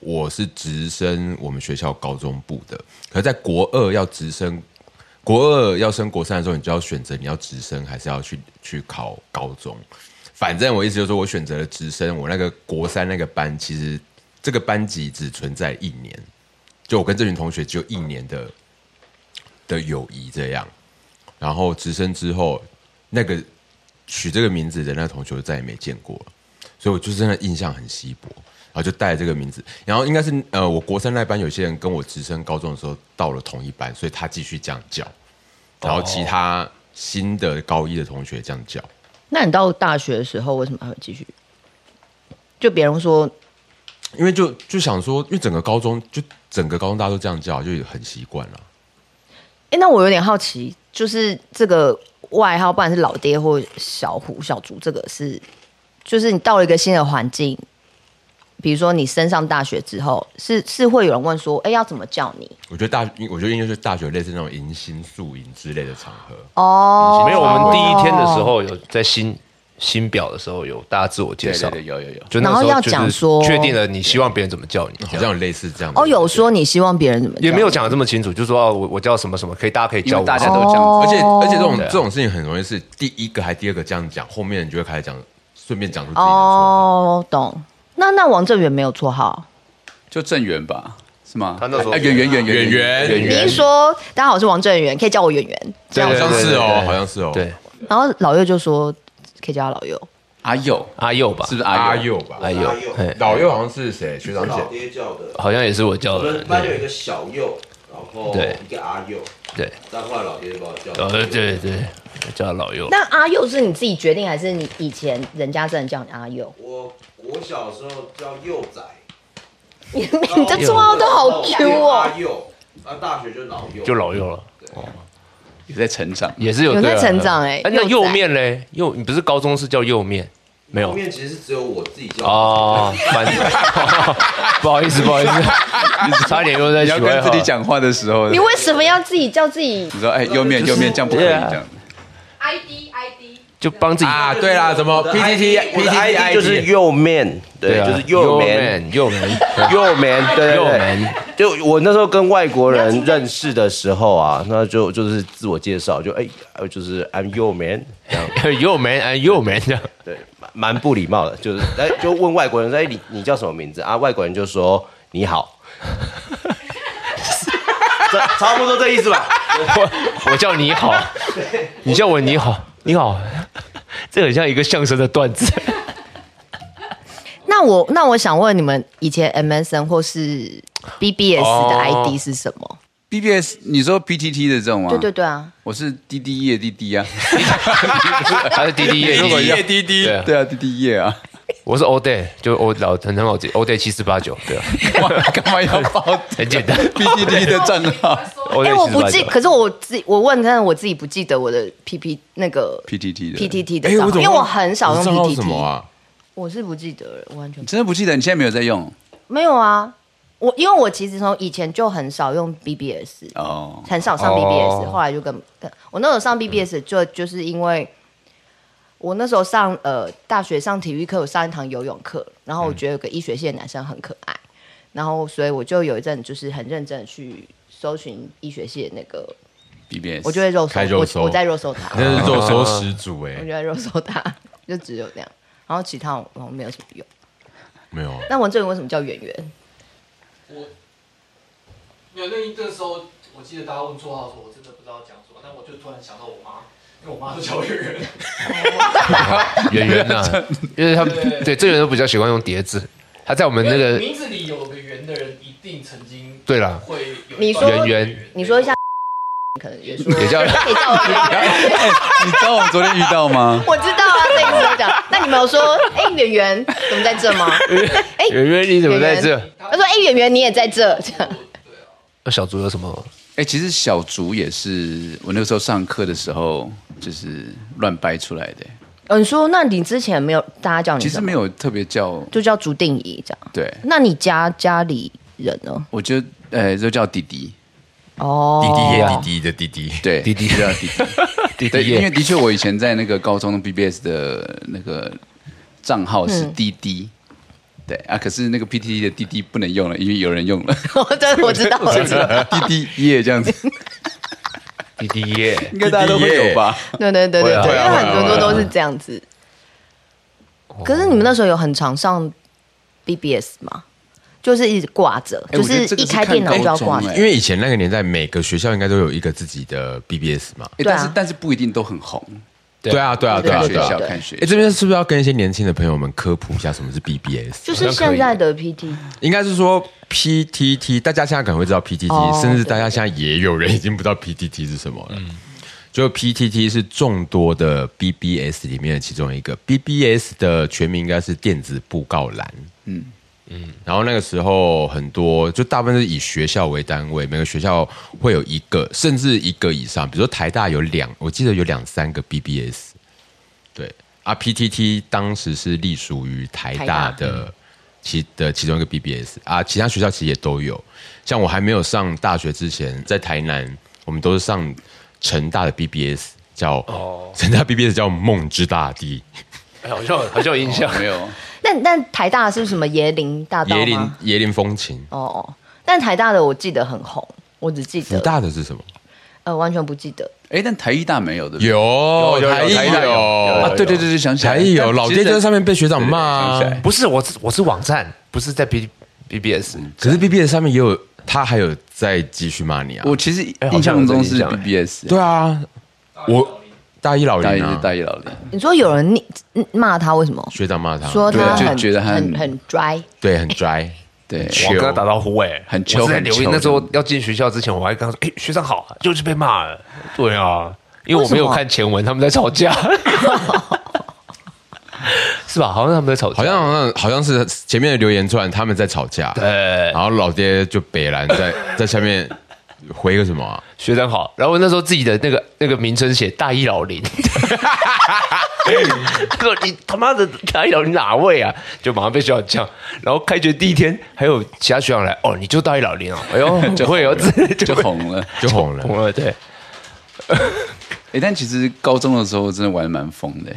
D: 我是直升我们学校高中部的，可是在国二要直升。国二要升国三的时候，你就要选择你要直升还是要去去考高中。反正我意思就是说，我选择了直升，我那个国三那个班，其实这个班级只存在一年，就我跟这群同学只有一年的的友谊这样。然后直升之后，那个取这个名字的那个同学我就再也没见过了，所以我就真的印象很稀薄。然后就带着这个名字，然后应该是呃，我国三那班有些人跟我直升高中的时候到了同一班，所以他继续这样叫，然后其他新的高一的同学这样叫，
A: 那你到大学的时候，为什么还会继续？就别人说
D: 因为就就想说，因为整个高中就整个高中大家都这样叫，就很习惯了。
A: 哎、那我有点好奇，就是这个外号，不管是老爹或小虎、小猪，这个是，就是你到了一个新的环境，比如说你升上大学之后，是是会有人问说，哎、要怎么叫你？
D: 我觉得大，我觉得应该是大学类似那种迎新宿营之类的场合，
A: 哦，
C: 没有，我们第一天的时候有在新新表的时候有大家自我介
B: 对
C: 绍
B: 对，对，有有有。
C: 就那
A: 然
C: 时候
A: 后要
C: 就是
A: 讲说
C: 确定了你希望别人怎么叫你，
D: 好像有类似这样的
A: 哦，有说你希望别人怎么叫你，
C: 也没有讲的这么清楚，就说哦我我叫什么什么，可以大家可以
B: 因
C: 叫
B: 为
C: 我，
B: 大家都这样
D: 而
B: 子，
A: 哦
D: 且而且这种
C: 对啊
D: 这种事情很容易是第一个还第二个这样讲，后面你就会开始讲顺便讲出自己的错。
A: 哦，懂。那那王正源没有绰号，
B: 就郑源吧，是吗？
C: 他那时候
B: 哎圆圆圆
D: 圆圆
B: 圆
A: 你
B: 圆
A: 一说大家好，我是王正源，可以叫我圆圆这样
D: 好
A: 子。
D: 像是
C: 对对
D: 哦，
C: 对
D: 好像是哦，
C: 对，
A: 然后老右就说可以叫他老右，
B: 阿佑，
C: 阿佑吧，
B: 是不是啊
D: 阿
B: 阿佑？
D: 佑吧，
C: 阿佑
G: 阿佑，
C: 嘿
D: 老佑好像是谁学长
G: 老
D: 姐，
G: 爹叫的。
C: 好像也是我叫
G: 我
C: 的
G: 们，班有
C: 对
G: 一个小右，然后
C: 对
G: 一个阿右，
C: 对，
G: 但后来老爹就把我叫。
C: 呃，对。对，叫老佑。
A: 那阿佑是你自己决定，还是你以前人家真的叫你阿佑？
G: 我我小时候叫幼仔，
A: 你你的绰号都好 Q 哦
G: 阿。佑，啊，大学就老右，
C: 就老佑了，
B: 也在成长，
C: 也是有
A: 有在
C: 对啊
A: 成长欸
C: 哎那
A: 幼
C: 右
A: 崽
C: 面嘞，右你不是高中是叫右面，没
G: 后
C: 有
G: 面其实是只有我自己叫。
C: 哦，反 不好意思，不好意思，差点又在
B: 你
C: 喜
B: 要
C: 欢
B: 跟自己，讲话的时候，
A: 你
B: 你
A: 为什么要自己叫自己？
B: 说哎，右面
G: 就是
B: 右面这样不可以
C: 对啊
B: 这样，
E: ID ID
C: 就帮自己
D: 啊，对啦，怎么
G: 我的
D: PTT
G: 我的
D: PTT
H: 就是右面，对，
C: 啊
H: 就是右面，
C: man，右面，
H: 右面，对
C: 右
H: 对对
C: 面。
H: 就我那时候跟外国人认识的时候啊，那就就是自我介绍，就哎，呃就是 I'm 右面，
C: 右 面，哎，右面这样，
H: 对，蛮蛮不礼貌的，就是哎，就问外国人说，哎，你你叫什么名字啊？外国人就说你好，这差不多这意思吧？
C: 我我叫你好，你叫我你好， 你好，这很像一个相声的段 子。
A: 那我那我想问你们，以前 MSN 或是 BBS
D: 哦
A: 的 ID 是什么？
B: BBS，你说 PTT 的这种吗？
A: 对对，对啊，
B: 我是滴滴夜滴滴啊，
C: 他是滴滴夜，
D: 滴滴夜
C: 滴滴，对啊，
B: 对啊，滴滴夜啊，
C: 我是 all day，就 all 老很很好记，all day 七四八九，对啊，
B: 哇干嘛要报
C: 很简 单。
B: PTT 的账 号
C: 哎
A: 哎、我不记，可是我自己我问，但是我自己不记得我的 PP 那个
B: PTT 的
A: PTT 的
D: 哎，
A: 账号，
D: 怎么
A: 因为我很少用
D: 你账号什
A: PTT，
D: 么啊？
A: 我是不记得了，我完全
B: 你真的不记得？你现在没有在用
A: 没有啊。我因为我其实从以前就很少用 BBS，
B: 哦？
A: 很少上 BBS，、后来就跟跟我那时候上
D: 嗯
A: BBS 就、就是因为我那时候上呃大学上体育课，我上一堂游泳
D: 嗯
A: 课，然后我觉得有个医学系的男生很可爱，然后所以我就有一阵就是很认真的去搜寻医学系的那个，
B: BBS，
A: 我就 会肉搜，
D: 开肉搜
A: 我我在肉搜 他，
D: 那是肉搜始祖
A: 我
D: 哎
A: 就，在肉搜他，就只有这样，然后其他我我没有什么用。
D: 没有啊，
A: 那王振宇为什么叫圆圆？
I: 没有，那一阵时候，我记得大家问绰号的时候，我真的不知道讲什么，但我就突然想到我妈，因为我妈是小圆人，
C: 圆圆呐，因为他们对这个人都比较喜欢用叠字，他在我们那
I: 因为
C: 个
I: 名字里有个圆的人，一定曾经
C: 对啦，
I: 会有
A: 你
I: 一
A: 说
I: 段
C: 圆圆
A: 你说一下，可能也说
C: 也叫
A: 可以叫我圆圆。
B: 哎你知道我们昨天遇到吗？
A: 我知道啊，所以你怎么讲？那你们有说，哎、圆圆怎么在这 吗？哎、
C: 圆圆你怎么在
A: 圆
C: 这？
A: 他说，哎、圆圆你也在这，这样
C: 那小竹有什么？
B: 哎、其实小竹也是我那个时候上课的时候就是乱掰出来的，
A: 哦，你说，那你之前没有大家叫你
B: 其
A: 什么？
B: 实没，有特别叫，
A: 就叫朱定仪这样。
B: 对
A: 那你家家里人呢？
B: 我就呃就叫弟弟，
A: 哦，
D: 滴滴耶，滴滴的滴滴，
B: 对，弟 弟叫弟弟，
C: 滴
B: 对，
C: 滴
B: 因为
C: 耶，
B: 的确我以前在那个高中的 BBS 的那个账号
A: 嗯
B: 是滴滴。对啊，可是那个 PTT 的滴滴不能用了，因为有人用了
A: 对， 我知道，我知道。
B: 滴滴耶这样子，
C: 滴滴耶，
B: 应该大家都会有吧？
A: 对对对对，
C: 会啊
A: 对
C: 会
A: 因
C: 啊
A: 为很
D: 会啊
A: 多
D: 会啊
A: 都都是这样子。哦可是你们那时候有很常上 BBS 吗？就是一直挂着，
B: 哎
A: 就
B: 我觉得这个
A: 一
B: 是
A: 开
B: 看
A: 电脑就要
B: 高中
A: 挂着
B: 哎。
D: 因为以前那个年代，每个学校应该都有一个自己的 BBS 嘛。
B: 哎
A: 对啊
B: 但是但是不一定都很红，
D: 对啊，对啊，对
B: 看
D: 啊，
B: 学
D: 对啊
B: 校。
A: 对
B: 看学
D: 哎，
B: 校。
D: 这边是不是要跟一些年轻的朋友们科普一下什么是 BBS？
A: 就是
D: 好像
A: 现
D: 可以
A: 在，的 PT，
D: 应该是说 PTT，大家现在可能会知道
A: 哦
D: PTT，甚至大家现在也有人已经不知道 PTT 是什么了。就 PTT 是众多的 BBS 里面的其中一个，BBS 的全名应该是电子布告栏。然后那个时候很多，就大部分是以学校为单位，每个学校会有一个，甚至一个以上。比如说台大有两，我记得有两三个 BBS。对啊，PTT 当时是隶属于台大嗯的其的其中一个 BBS 啊，其他学校其实也都有。像我还没有上大学之前，在台南，我们都是上成大的 BBS，叫、成大 BBS 叫梦之大地，
C: 哎好像好像有印象，
B: 没 有，
A: 但但台大是什么椰林大道
D: 椰林
A: 吗？哦
D: 椰林风情。
A: 哦，但台大的我记得很红，我只记
D: 福
A: 得
D: 大的是什么？
A: 呃，完全不记得。
B: 哎，但台艺大没有的，
D: 有
B: 有
D: 台艺
B: 有有啊
D: 有，
B: 对对对对，想起来
D: 台艺有，老爹就在上面被学长
B: 对想
D: 骂
B: 起
D: 啊
B: 来。
C: 不是，我是我是网站，不是在 B B B S。
D: 可是 BBS 上面也有，他还有在继续骂你啊。
B: 我其实
C: 哎好
B: 印
C: 像有
B: 象中
C: 这个印
B: 是
C: 象哎
B: BBS，
D: 对啊，我大一老
B: 大一
D: 林啊，
B: 大一老林，
A: 你说有人你骂他为什么？
D: 学长骂他，
A: 说他
B: 对
A: 很
B: 就觉得他
A: 很
B: 很
A: 很 dry，
D: 对很 dry，
B: 哎对，
D: chill
C: 我跟他打招呼哎，
B: 很
C: 我
B: chill，
C: 是在
B: 很
C: 留意
B: chill
C: 那时候要进学校之前，我还跟他说：“哎，学长好。”就是被骂了。对 啊，因为我没有
A: 为什么
C: 看前文，他们在吵架，是吧？好像他们在吵架，
D: 好像好像好像是前面的留言突然他们在吵架，
C: 呃
D: 然后老爹就北兰在 在下面回个什么啊？
C: 学长好。然后我那时候自己的那个那个名称写大一老林， 哥，你他妈的大一老林哪位啊？就马上被学长讲。然后开学第一天，还有其他学长来，哦，你就大一老林哦，哎 呦，就会有这
B: 就
C: 会
B: 红了。
D: 就红了。
C: 红了，对。
B: 哎，但其实高中的时候真的玩得蛮疯的。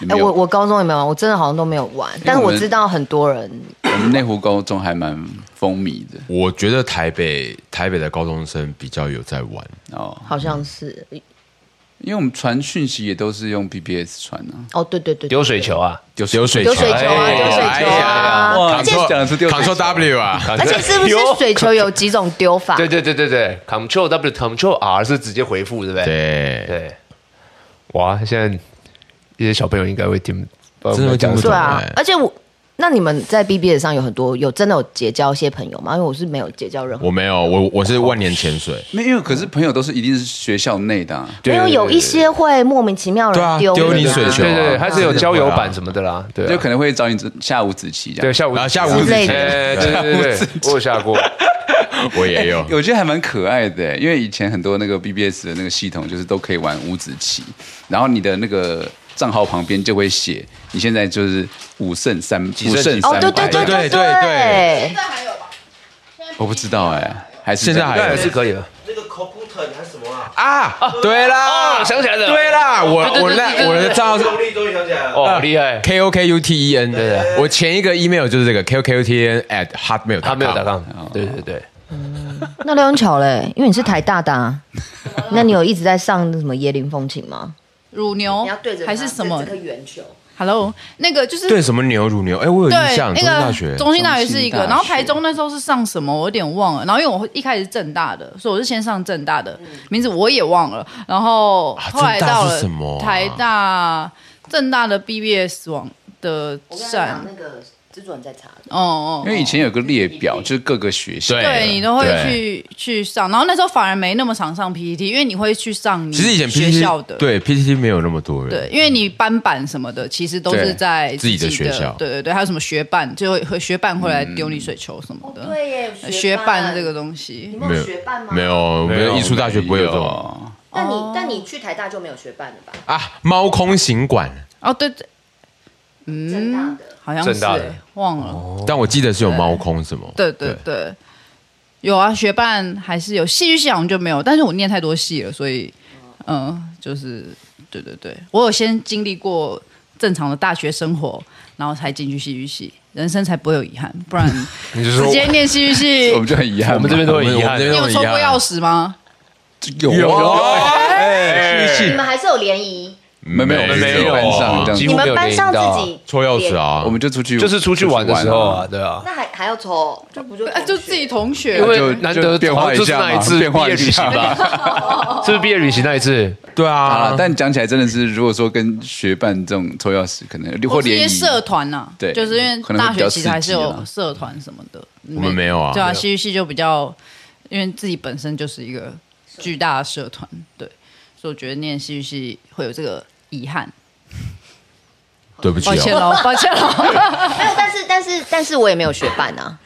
B: 你
A: 哎、
B: 们有
A: 我我高中也没玩，我真的好像都没有玩，但是
B: 我
A: 我
B: 们
A: 知道很多人
B: 我们内湖高中还蛮风靡的
D: 我觉得台北台北的高中生比较有在玩，
B: 哦，
A: 好像是、
B: 因为我们传讯息也都是用 BBS 传啊，
A: 哦，对对对，
C: 丢水球 啊，
D: 丢丢水
A: 丢水球啊，
C: 哎
A: 丢水球啊，
B: 哇
A: 而且
B: 讲的是丢水球
D: Ctrl W
C: 哎
D: 啊，
A: 而且是不是水球有几种丢法？
C: 对对对对对，Control W Control R 是直接回复，对不对？
D: 对，
C: 对哇，现在一些小朋友应该会听，呃
D: 真的会听不懂
A: 对啊
D: 哎，
A: 而且我那你们在 BBS 上有很多有真的有结交一些朋友吗？因为我是没有结交任何
D: 我没有，我我是万年潜水，
B: 没有，可是朋友都是一定是学校内的、啊，
A: 没有有一些会莫名其妙
D: 对
A: 人
D: 啊，
A: 丢
D: 丢你
A: 啊
D: 水球啊，
C: 对对，它是有交友版
D: 么，
C: 什么的啦，对啊，
B: 就可能会找你下午子棋这
C: 对
B: 样。
C: 下午
D: 然后下午
A: 之类的
C: 哎对对对对，我有下过，
D: 我也
C: 哎
D: 有，
B: 我觉得还蛮可爱的欸，因为以前很多那个 BBS 的那个系统，就是都可以玩五子棋，然后你的那个账号旁边就会写你现在就是五胜三五胜
D: 胜
A: 哦，
B: 三败，
A: 对对对
D: 对
A: 对
D: 对对
E: 现在还有吧？
B: 我不知道哎、还是
D: 现在还有
C: 那也是可以的。
G: 那个 computer 还是什么啊？
D: 啊，对啦，
C: 哦想起来了
D: 对啦，我
C: 对对
D: 我
C: 对对
D: 那我的账号是
G: 用力终于想起来了。
C: 哦，厉害，
D: K O K U T E N，
C: 对对
D: 我前一个 email 就是这个 K O K U T E N at hotmail，
C: 他没有打杠，对对对，
A: 那刘永巧嘞，因为你是台大的、啊，那你有一直在上什么椰林风情吗？
F: 乳
A: 哦
F: 牛还是什么
A: 圆球，
F: ？Hello，那个就是
D: 对什么牛乳牛，哎，我有印
F: 对，
D: 象，
F: 那
D: 中
F: 个
D: 山大学，
F: 中心大学是一个，
B: 中心大学
F: 然后台中那时候是上什么，我有点忘了。然后因为我一开始是正大的，所以我是先上正大的，名字我也忘了。然后后来
D: 正大
F: 到
D: 是
F: 了
D: 什么啊
F: 台大正大的 BBS 网的站，
A: 那个制作人在查，
F: 哦哦，
B: 因为以前有个列表，就是各个学校。
F: 对你都会
D: 哎对
F: 去去上，然后那时候反而没那么常上 PPT，因为你会去上你
D: 其实以前
F: 学
D: P E，
F: 校
D: T
F: 的
D: T 对 P T T 没有那么多人，
F: 对，因为你班版什么的，其实都
D: 对
F: 是在
D: 自己的学校
F: 对对对，还有什么学伴，就会会学伴会来丢你水球什么的。
A: 哦
F: 呃
A: 对耶，
F: 学伴这个东西，
A: 你
D: 没有
A: 伴
D: 没有，我
B: 没有，
D: 们艺术大学不会有这
B: 没
D: 种
B: 有
A: 但
F: 哦
A: 你但你去台大就没有学伴了吧？
D: 啊，猫空行馆，
F: 哦，对，对嗯
A: 正大的
F: 好像是
C: 正大的
F: 欸忘了，
D: 但我记得是有猫空什么，
F: 对对对，有啊，学伴还是有戏剧系好像就没有，但是我念太多戏了，所以嗯，就是对对对，我有先经历过正常的大学生活，然后才进去戏剧系，人生才不会有遗憾，不然
C: 你就
F: 直
C: 说
F: 接念戏剧系
B: 我，们就很遗憾嘛，
C: 我们这边都
D: 我
C: 很
D: 们
C: 遗
D: 我们
C: 憾
D: 这，
F: 你
D: 边都
F: 有
D: 很遗
F: 抽过钥
D: 憾，
F: 匙吗？
B: 有啊
D: 哎，
A: 你们还是有联谊，
D: 啊没
B: 没有
D: 有
B: 没有
D: 啊
B: 班上这样
C: 几
B: 子
A: 你
C: 乎没
A: 们
C: 有
A: 班上
C: 联谊到
A: 自己
D: 抽钥匙
A: 联，
D: 啊，
B: 我们就出去，
C: 就是出去玩的时候啊，，对啊。
A: 那还还要抽，这不就
F: 啊，就自己同学，
C: 因
B: 就
C: 为难得
B: 就变化一
C: 就是
B: 下嘛
C: 那一次
B: 变化
C: 毕业
B: 一
C: 旅行
B: 下
C: 吧，是不是毕业旅行那一次？
D: 对啊
B: 啊，，但讲起来真的是，如果说跟学伴这种抽钥匙，可能或
F: 或是一
B: 联
F: 些
B: 谊
F: 社团呐、
B: 对
F: 就是因为
B: 可能会
F: 大
B: 比较
F: 学其实还是
B: 刺激
F: 有
B: 啦
F: 社团什么的，我
D: 我们没有啊
F: 对啊，戏剧系就比较，因为自己本身就是一个巨大的社团，对，所以我觉得念戏剧系会有这个遗憾，
D: 对不起
F: 抱歉
D: 哦，
F: 喽，抱歉喽，
A: 没有，但是但是但是我也没有学伴啊。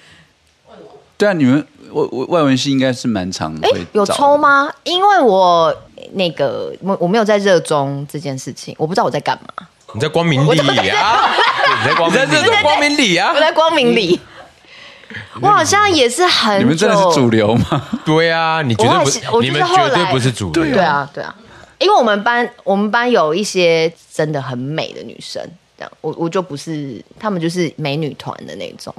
B: 对啊，你们我我外文系应该是蛮常
A: 哎
B: 会，
A: 有
B: 找的
A: 抽？吗？因为我那个我我没有在热衷这件事情，我不知道我在干嘛。
D: 你在光明里啊，
C: 你在光
D: 你在这种光明里啊
A: 我，在光明里，我好像也是很久。
B: 你们真的是主流 吗？
D: 对啊，你绝对不
A: 我
D: 是
A: 还，我
D: 你
A: 就是
D: 们
A: 后
D: 绝
A: 来
D: 对不是主流，
A: 对，啊，对啊，因为我们班我们班有一些真的很美的女生，这样我我就不是，她们就是美女团的那种，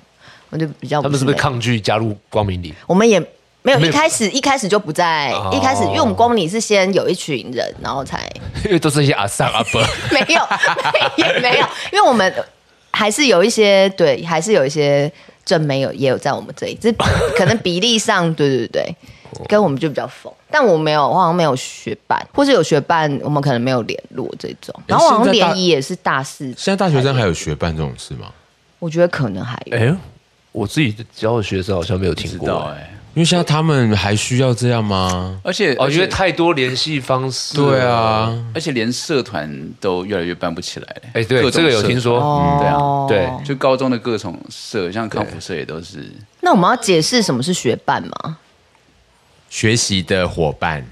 A: 我就比较
C: 他们是不
A: 美
C: 是抗拒加入光明里？
A: 我们也没有，一开始一开始就不在，
C: 哦
A: 一开始因为我们光明里是先有一群人，然后才
C: 因为都是一些阿桑阿伯，
A: 没有也没有，因为我们还是有一些对，还是有一些正没有也有在我们这里， 只是可能比例上，对对对，
D: 哦
A: 跟我们就比较疯。但我没有，我好像没有学伴，或是有学伴，我们可能没有联络这种。然后我好像
D: 现在大
A: 联谊也是大四，
D: 现在大学生还有学伴这种事吗？
A: 我觉得可能还有。
C: 哎呦，我自己教的学生好像没有
B: 不
C: 听
B: 知
C: 过
B: 道
C: 欸。
B: 哎、
D: 因为现在他们还需要这样吗？
B: 而且
C: 哦，
B: 而
C: 因为
B: 且
C: 太多联系方式。
D: 对，啊，
B: 而且连社团都越来越办不起来了。
C: 哎，对，
B: 各种
C: 这个有
B: 社
C: 听说，
A: 哦
B: 对啊
C: 对
B: 团，就高中的各种社，像康复社也都是。
A: 那我们要解释什么是学伴吗？
D: 学习的伙伴，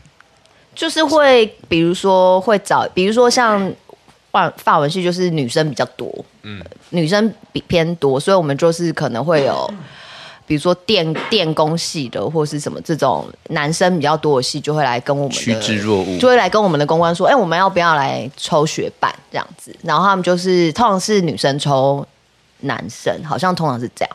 A: 就是会，比如说会找，比如说像法法文系就是女生比较多，嗯，女生比偏多，所以我们就是可能会有，比如说电电工系的或是什么这种男生比较多的系，就会来跟我们的
B: 趋之若鹜
A: 就会来跟我们的公关说，哎、我们要不要来抽学伴这样子？然后他们就是通常是女生抽男生，好像通常是这样。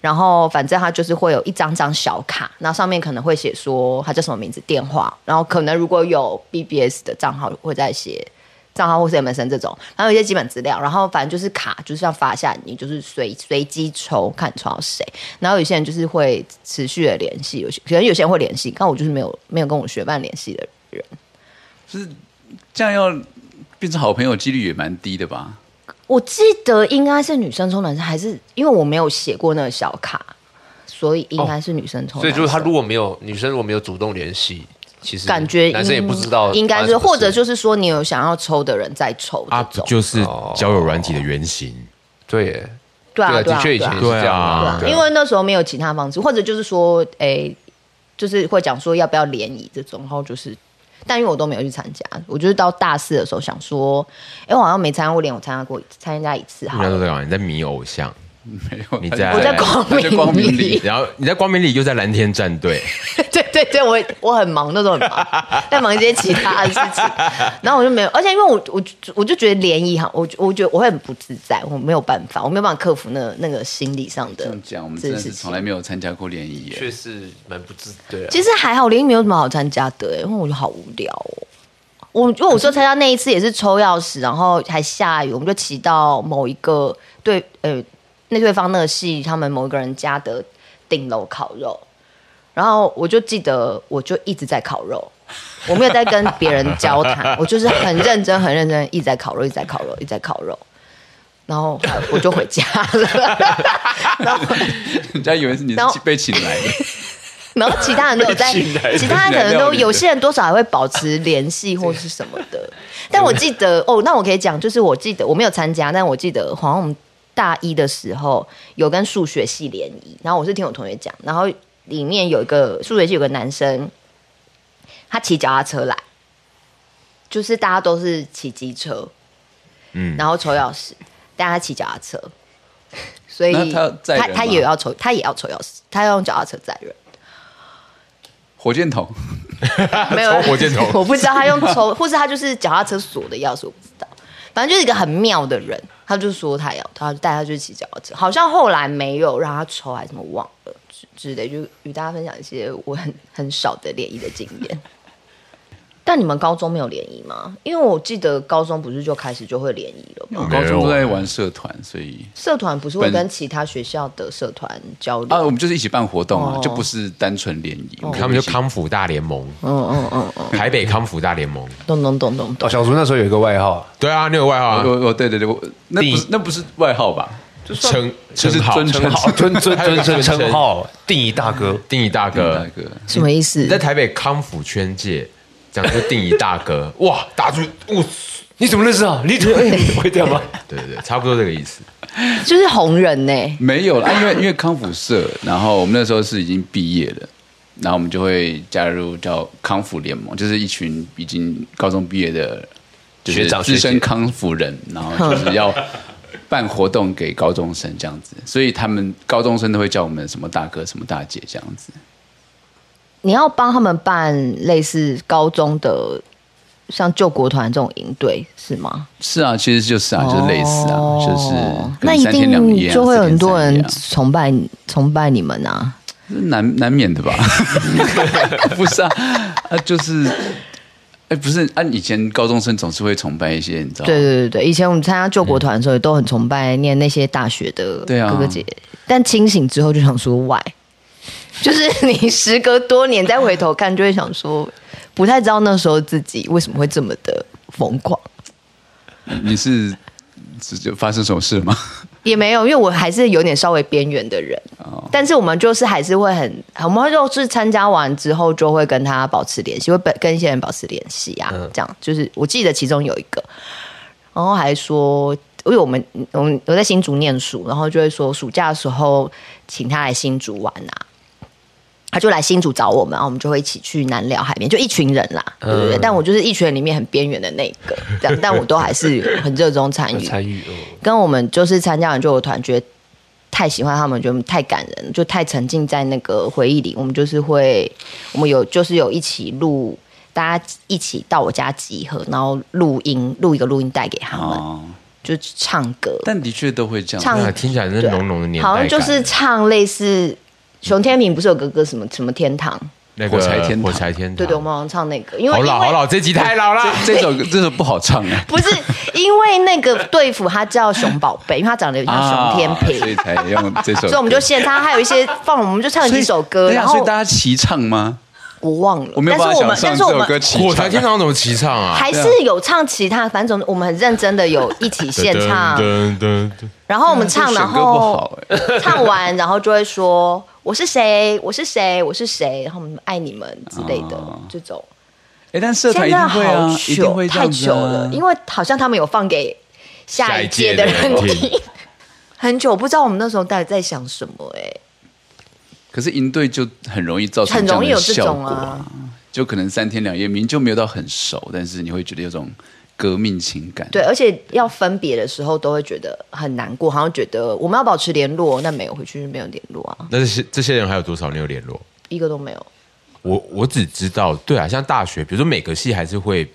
A: 然后反正他就是会有一张张小卡，那上面可能会写说他叫什么名字、电话，然后可能如果有 BBS 的账号会再写账号或是 MSN 这种，然后有一些基本资料，然后反正就是卡，就是像发下你就是随随机抽看抽到谁，然后有些人就是会持续的联系，有些可能有些人会联系，但我就是没有没有跟我学伴联系的人，
B: 这样要变成好朋友几率也蛮低的吧？
A: 我记得应该是女生抽男生，还是因为我没有写过那个小卡，所以应该是女生抽男生、
C: 哦所以就是他如果没有女生如果没有主动联系，其实
A: 感觉
C: 男生也
A: 应
C: 不知道发生什么事，
A: 应该是或者就是说你有想要抽的人再抽
D: 啊，
A: 这种，
D: 不就是
B: 哦
D: 交友软体的原型？
C: 对耶，
A: 对啊，对
C: 的
A: 啊，
C: 确
A: 对
C: 以前
A: 啊
C: 也是这样
D: 对
C: 啊
D: 啊，
A: 对啊因为那时候没有其他方式，或者就是说，诶，就是会讲说要不要联谊这种，然后就是，但因为我都没有去参加，我就是到大四的时候想说，诶，我好像没参加过联谊，我参加过参加一次，好
D: 人家都
A: 了，
D: 在干嘛？你在迷偶像，
B: 没有，
D: 你在
A: 我在光明
B: 他在光明
A: 里
B: 里，
D: 然后你在光明里又在蓝天战队，
A: 对对对，我我很忙，那时候很 忙，在忙一些其他的事情，然后我就没有，而且因为我我我就觉得联谊哈，我我觉得我会很不自在，我没有办法，我没有办法克服那个那个心理上的
B: 这样讲，我们
A: 这
B: 真的
A: 件事
B: 是
A: 情
B: 从来没有参加过联谊耶。
C: 确实蛮不自对啊。
A: 其实还好，联谊没有什么好参加的、欸，因为我觉得好无聊哦。我因为我说参加那一次也是抽钥匙，然后还下雨，我们就骑到某一个对呃那对方那个系他们某一个人家的顶楼烤肉，然后我就记得我就一直在烤肉，我没有在跟别人交谈，我就是很认真很认真一直在烤肉，一直在烤肉，一直在烤肉，然后后来我就回家了，然后。
B: 人家以为是你是
A: 然后
B: 被请来的，
A: 然后其他 人都有在，其他人可能都有些人多少还会保持联系或是什么的。 但我记得哦，那我可以讲，就是我记得我没有参加，但我记得好像我们大一的时候有跟数学系联谊，然后我是听我同学讲，然后里面有一个数学系有个男生，他骑脚踏车来，就是大家都是骑机车，
D: 嗯，
A: 然后抽钥匙，但他骑脚踏车， 所以
B: 那他载人
A: 他
B: 吗
A: 他也要抽，他也要抽钥匙，他要用脚踏车载人。
B: 火箭 筒，
A: 没有
D: 抽火箭筒
A: 我不知道他用抽，或是他就是脚踏车锁的钥匙，我不知道。反正就是一个很妙的人，他就说他要，他带他去骑脚踏车，好像后来没有让他抽，还是什么忘了之之类，就与大家分享一些我很很少的联谊的经验。 但你们高中没有联谊吗？因为我记得高中不是就开始就会联谊了吗？
B: 因
C: 啊
B: 为我高中都在玩社团，所以
A: 社团不是会
B: 本
A: 跟其他学校的社团交流？
B: 啊，我们就是一起办活动啊，
A: 哦
B: 就不是单纯联谊。我
D: 他们就 康复大联盟，
A: 嗯嗯嗯嗯，
D: 台北康复大联盟。
A: 懂懂懂懂懂。
C: 哦，小竹那时候有一个外号，
D: 对啊，你有外号啊，
B: 我我对对对，我那不
C: 你
B: 是那不是外号吧？
D: 称
B: 就是
D: 称号，
B: 尊
C: 称号，尊尊
D: 还有一
C: 尊
D: 个
C: 称
D: 尊称
C: 称号， 定义大哥。
D: 定义大
B: 大
D: 哥，
B: 哥，
A: 什么意思
D: 你？在台北康复圈界，讲就定义大哥，哇，打住，哇，
C: 你怎么认识啊？ 你怎么会这样吗？
D: 对对对，差不多这个意思。
A: 就是红人呢、
B: 没有啦，因为因为康复社，然后我们那时候是已经毕业了，然后我们就会加入叫康复联盟，就是一群已经高中毕业的，就是
C: 学长学
B: 资
C: 姐
B: 深康复人，然后就是要办活动给高中生这样子，所以他们高中生都会叫我们什么大哥、什么大姐这样子。
A: 你要帮他们办类似高中的像救国团这种营队是吗？
B: 是啊，其实就是啊，就是类似啊，
A: 哦
B: 就是
A: 那一
B: 三天两夜
A: 定
B: 啊
A: 就会有
B: 四天
A: 很多
B: 三夜
A: 人
B: 啊
A: 崇拜崇拜你们啊！
B: 难难 免的吧？ 不是啊，啊就是，哎、不是啊，以前高中生总是会崇拜一些，你知道吗？
A: 对对对对，以前我们参加救国团的时候，也都很崇拜念那些大学的
B: 对啊
A: 哥哥姐姐，但清醒之后就想说 why，就是你时隔多年再回头看，就会想说，不太知道那时候自己为什么会这么的疯狂，
B: 你是是就发生什么事吗？
A: 也没有，因为我还是有点稍微边缘的人，但是我们就是还是会很，我们就是参加完之后就会跟他保持联系，会本跟一些人保持联系啊，这样就是我记得其中有一个，然后还说，因为我们我们我在新竹念书，然后就会说暑假的时候请他来新竹玩啊。他就来新竹找我们，然后我们就会一起去南寮海边，就一群人啦，对不对？但我就是一群人里面很边缘的那一个，这样，但我都还是很热衷参与。
C: 参与哦，
A: 跟我们就是参加完就有团，觉得太喜欢他们，觉得太感人，就太沉浸在那个回忆里。我们就是会，我们有就是有一起录，大家一起到我家集合，然后录音，录一个录音带给他们，
B: 哦，
A: 就唱歌，
B: 但的确都会这样。
A: 唱
D: 那听起来是浓浓的年代
A: 好
D: 感，
A: 像就是唱类似熊天平不是有个歌什么什么天堂？
D: 那个
B: 火柴天堂
D: 火柴天堂，
A: 对对，我们好像唱那个，因为
D: 啊好老
A: 因为
D: 好老，这集太老了。
B: 这这首这首不好唱哎、
A: 不是因为那个队服他叫熊宝贝，因为 他长得有点
D: 啊
A: 像熊天平，
B: 啊所以才用这首歌。
A: 所以我们就现他还有一些放，我们就唱了
B: 所以
A: 几首歌，
B: 对啊
A: 然
B: 所
A: 后
B: 以大家齐唱吗？
A: 我忘了，
B: 我没有办
A: 但
B: 法
A: 是我们
B: 想
A: 但
B: 象
A: 是
B: 这
A: 我
B: 首
A: 们
B: 歌齐
D: 火
B: 唱
D: 柴天堂怎么齐唱啊？
A: 还是有唱其他，反正总我们很认真的有一起现 唱，
D: 噔噔噔
A: 然后我们唱，
B: 这
A: 然
B: 选歌不
A: 后
B: 好哎、
A: 唱完，然后就会说我是谁，我是谁，我是谁，然后我们爱你们之类的
B: 哦
A: 这种。
B: 哎，但社
A: 现
B: 团一
A: 在
B: 定会
A: 好
B: 啊，一定
A: 糗，
B: 会这
A: 太
B: 样子
A: 糗了
B: 啊，，
A: 因为好像他们有放给下一届的
D: 下一
A: 人
D: 届的人
A: 听。 很久不知道我们那时候到底在想什么哎、
B: 可是营队就很容易造成
A: 很
B: 这样
A: 容易
B: 的
A: 有这
B: 效
A: 种
B: 果
A: 啊，
B: 就可能三天两夜，明明就没有到很熟，但是你会觉得有种革命情感。
A: 对，，而呃且要分别的时候都会觉得很难过，好像觉得我们要保持联络，那没有回去就没有联络啊，
D: 那这些这些人还有多少你有联络？
A: 一个都没有。
D: 我我只知道，对啊，像大学，比如说每个系还是会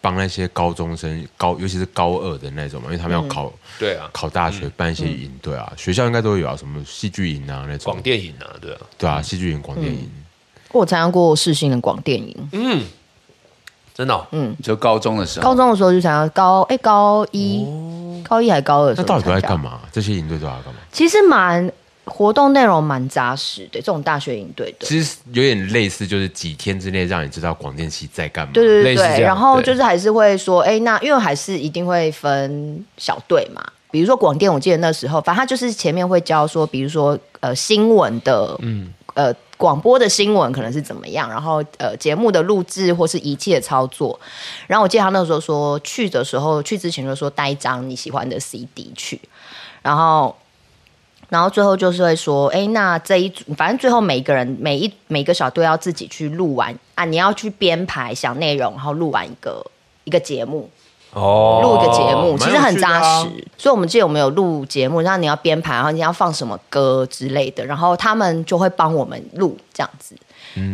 D: 帮那些高中生高，尤其是高二的那种嘛，因为他
A: 嗯
D: 们要考、
C: 对啊，
D: 考大学，办一些营，对啊，学校应该都有啊，什么戏剧营啊那种，
C: 广电影啊，对啊，
D: 对啊，戏剧营、广电营，
A: 嗯我参加过世新的广电影，
C: 真的哦，
B: 你说高中的时候，
A: 高中的时候就参加高哎、高一、高一还高二的时
D: 那
A: 候
D: 到底都在
A: 参加
D: 干？嘛？这些营队都在干嘛？
A: 其实蛮活动内容蛮扎实的，这种大学营队的。
D: 其实有点类似，就是几天之内让你知道广电系在干嘛。
A: 对对对
C: 类似这
A: 对，
C: 样
A: 然后
C: 对
A: 就是还是会说，哎，那因为还是一定会分小队嘛。比如说广电，我记得那时候，反正他就是前面会教说，比如说呃新闻的，嗯，呃广播的新闻可能是怎么样，然后呃节目的录制或是仪器的操作。然后我记得他那时候说去的时候，去之前就说带一张你喜欢的 CD 去，然后然后最后就是会说，哎，那这一组，反正最后每一个人每一每个小队要自己去录完啊，你要去编排想内容，然后录完一个一个节目，
C: 哦
A: 录一个节目，
D: 蛮有啊
A: 其实很扎实
D: 趣。
A: 所以我们记得我们有录节目，然后你要编排，然后你要放什么歌之类的，然后他们就会帮我们录这样子。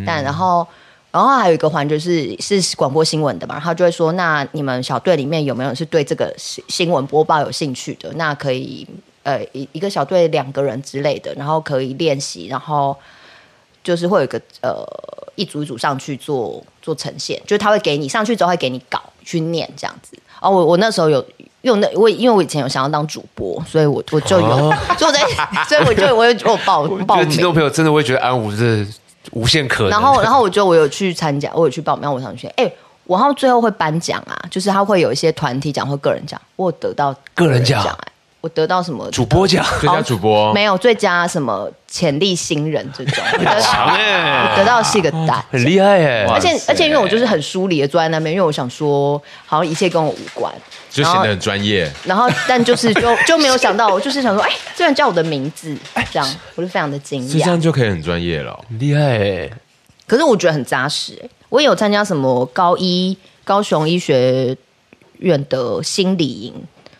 A: 但然后。然后还有一个环节嗯是是广播新闻的嘛，然后就会说，那你们小队里面有没有人是对这个新新闻播报有兴趣的？那可以呃一一个小队两个人之类的，然后可以练习，然后就是会有一个呃一组一组上去做做呈现，就是他会给你上去之后会给你稿去念这样子。哦，我我那时候有用那我因为我以前有想要当主播，所以我我就有， 所以我在所以我就我有我有报
C: 我
A: 报
C: 觉得 听众
A: 名。
C: 朋友真的会觉得安武是无限可能。
A: 然后，然后我觉得我有去参加，我有去报名，然后我上去，哎、我好像最后会颁奖啊，就是他会有一些团体奖或个人奖，我有得到
C: 个人奖
A: 哎、我得到什么
C: 主播讲
D: 最佳主播
A: 没有最佳什么潜力新人这 种，我得
C: 强哎
A: 我得到是一个蛋，
C: 很厉害耶，
A: 而且
B: 哇塞
A: 而且因为我就是很疏离的坐在那边，因为我想说好像一切跟我无关，
D: 就显得很专业。
A: 然后但就是就就没有想到，我就是想说，哎、居然叫我的名字，这样我就非常的惊
D: 是这
A: 讶
D: 样。就可以很专业了哦、
C: 很厉害耶，
A: 可是我觉得很扎实、哎我也有参加什么高一高雄医学院的心理营，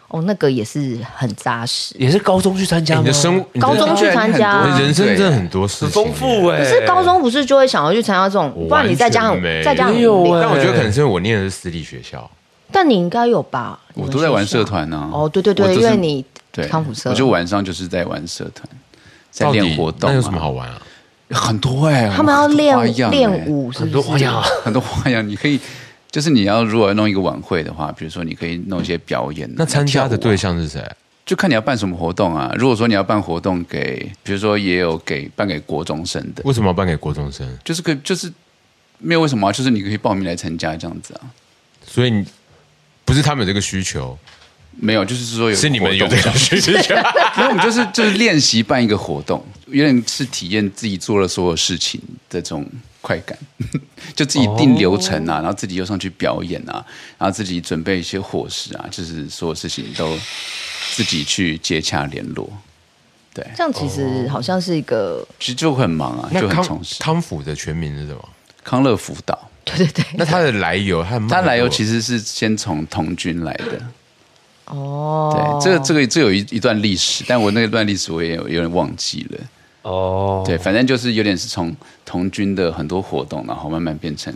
A: 哦，那个也是很扎实。
C: 也是高中去参加吗
D: 哎你的生，你的
A: 高中去参加、
D: 你
A: 啊
D: 的，人生真的很多事情
C: 很丰富哎，
A: 可是高中不是就会想要去参加这种
D: 我，
A: 不然你在家
D: 完
A: 很
D: 全没
A: 在家很
C: 没有
A: 无聊
C: 哎
D: 但我觉得可能是因为我念的是私立学校，
A: 但你应该有吧？你
B: 我
A: 们
B: 都在玩
A: 学校
B: 社团呢、
A: 哦，对对
B: 我
A: 对，
B: 就是
A: 因为你
B: 对
A: 康复社，
B: 我就晚上就是在玩社团，在
D: 到底
B: 练活动、啊。
D: 那有什么好玩啊？
B: 很多哎、
A: 他们要
B: 很多花
A: 练
B: 样哎
A: 练舞，是
C: 很多
A: 不
C: 花
A: 是？
C: 样啊，
B: 很多花样，你可以就是你要如果要弄一个晚会的话，比如说你可以弄一些表演啊，
D: 那参加的
B: 跳舞啊
D: 对象是谁？
B: 就看你要办什么活动啊。如果说你要办活动给，比如说也有给办给国中生的，
D: 为什么要办给国中生？
B: 就是可以就是没有为什么、啊，就是你可以报名来参加这样子啊。
D: 所以你不是他们有这个需求，
B: 没有，就是说有
D: 是你们有
B: 活
D: 这
B: 动
D: 个需求。
B: 因为我们就是就是练习办一个活动，有点是体验自己做了所有事情的这种快感， 就自己定流程啊，
D: 哦
B: 然后自己又上去表演啊，然后自己准备一些伙食啊，就是所有事情都自己去接洽联络。对，
A: 这样其实好像是一个，
B: 其实就很忙啊，
D: 那
B: 就很
D: 康
B: 充实。
D: 康复的全名是什么？
B: 康乐辅导，
A: 对对对，
D: 那它的来由，它
B: 它来由其
D: 实
B: 实是先从童军来的。
A: 哦
B: 对，，这个这个这有一一段历史，但我那一段历史我也有有点忘记了。
C: 哦，
B: 对，反正就是有点是从童军的很多活动，然后慢慢变成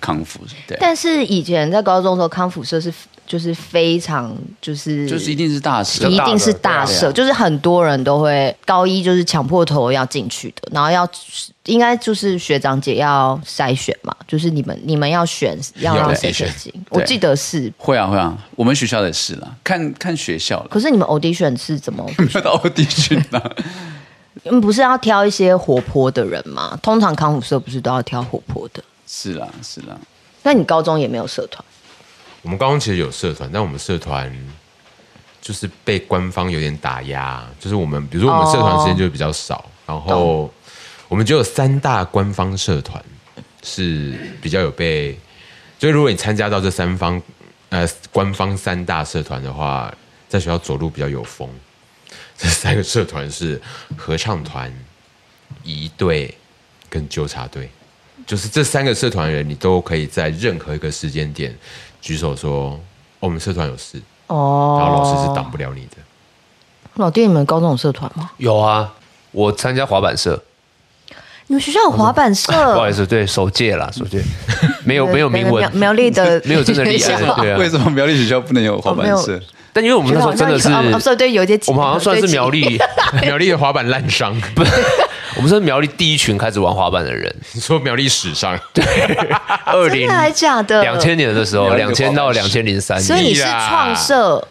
B: 康复。对，
A: 但是以前在高中的时候，康复社是就是非常就是
B: 就是一定是大事，
A: 一定是大
B: 对啊
A: 社，就是很多人都会高一就是抢破头要进去的，然后要应该就是学长姐要筛选嘛，就是你们你们要选要让谁谁进，我记得是。
B: 会啊会啊，我们学校的事啦，看看学校 了，
A: 可是你们 audition 是怎么？
B: 没有到地区啦。
A: 嗯，不是要挑一些活泼的人吗？通常康复社不是都要挑活泼的？
B: 是啦是啦，
A: 那你高中也没有社团？
D: 我们高中其实有社团，但我们社团就是被官方有点打压，就是我们比如说我们社团时间就比较少，然后我们只有三大官方社团是比较有被，所以如果你参加到这三方呃官方三大社团的话，在学校走路比较有风。这三个社团是合唱团、仪队跟纠察队。就是这三个社团人，你都可以在任何一个时间点举手说、哦我们社团有事，
A: 哦，
D: 然后老师是挡不了你的。
A: 老弟，你们高中有社团吗？
C: 有啊，我参加滑板社，
A: 你们学校有滑板社？
C: 不好意思，对手借 啦，手借，没有没有明文
A: 苗，苗栗的
C: 没有真的立案
A: 学校，
C: 对啊
B: 为什么苗栗学校不能有滑板
A: 哦没有
B: 社？
C: 但因为我们那时候真的 是，
A: 觉得好像有哦所以对有一些
C: 我们好像算是 苗栗，
D: 苗栗的滑板烂伤，
C: 我们是苗栗第一群开始玩滑板的人，
D: 你说苗栗史上，
C: 二
A: 啊真
C: 零
A: 的还假的？
C: 两千年的时候，
B: 苗栗
C: 两
B: 的
C: 千到
B: 滑板
C: 两
B: 社
C: 千零三
A: 呃所以
C: 年，
A: 你是创社，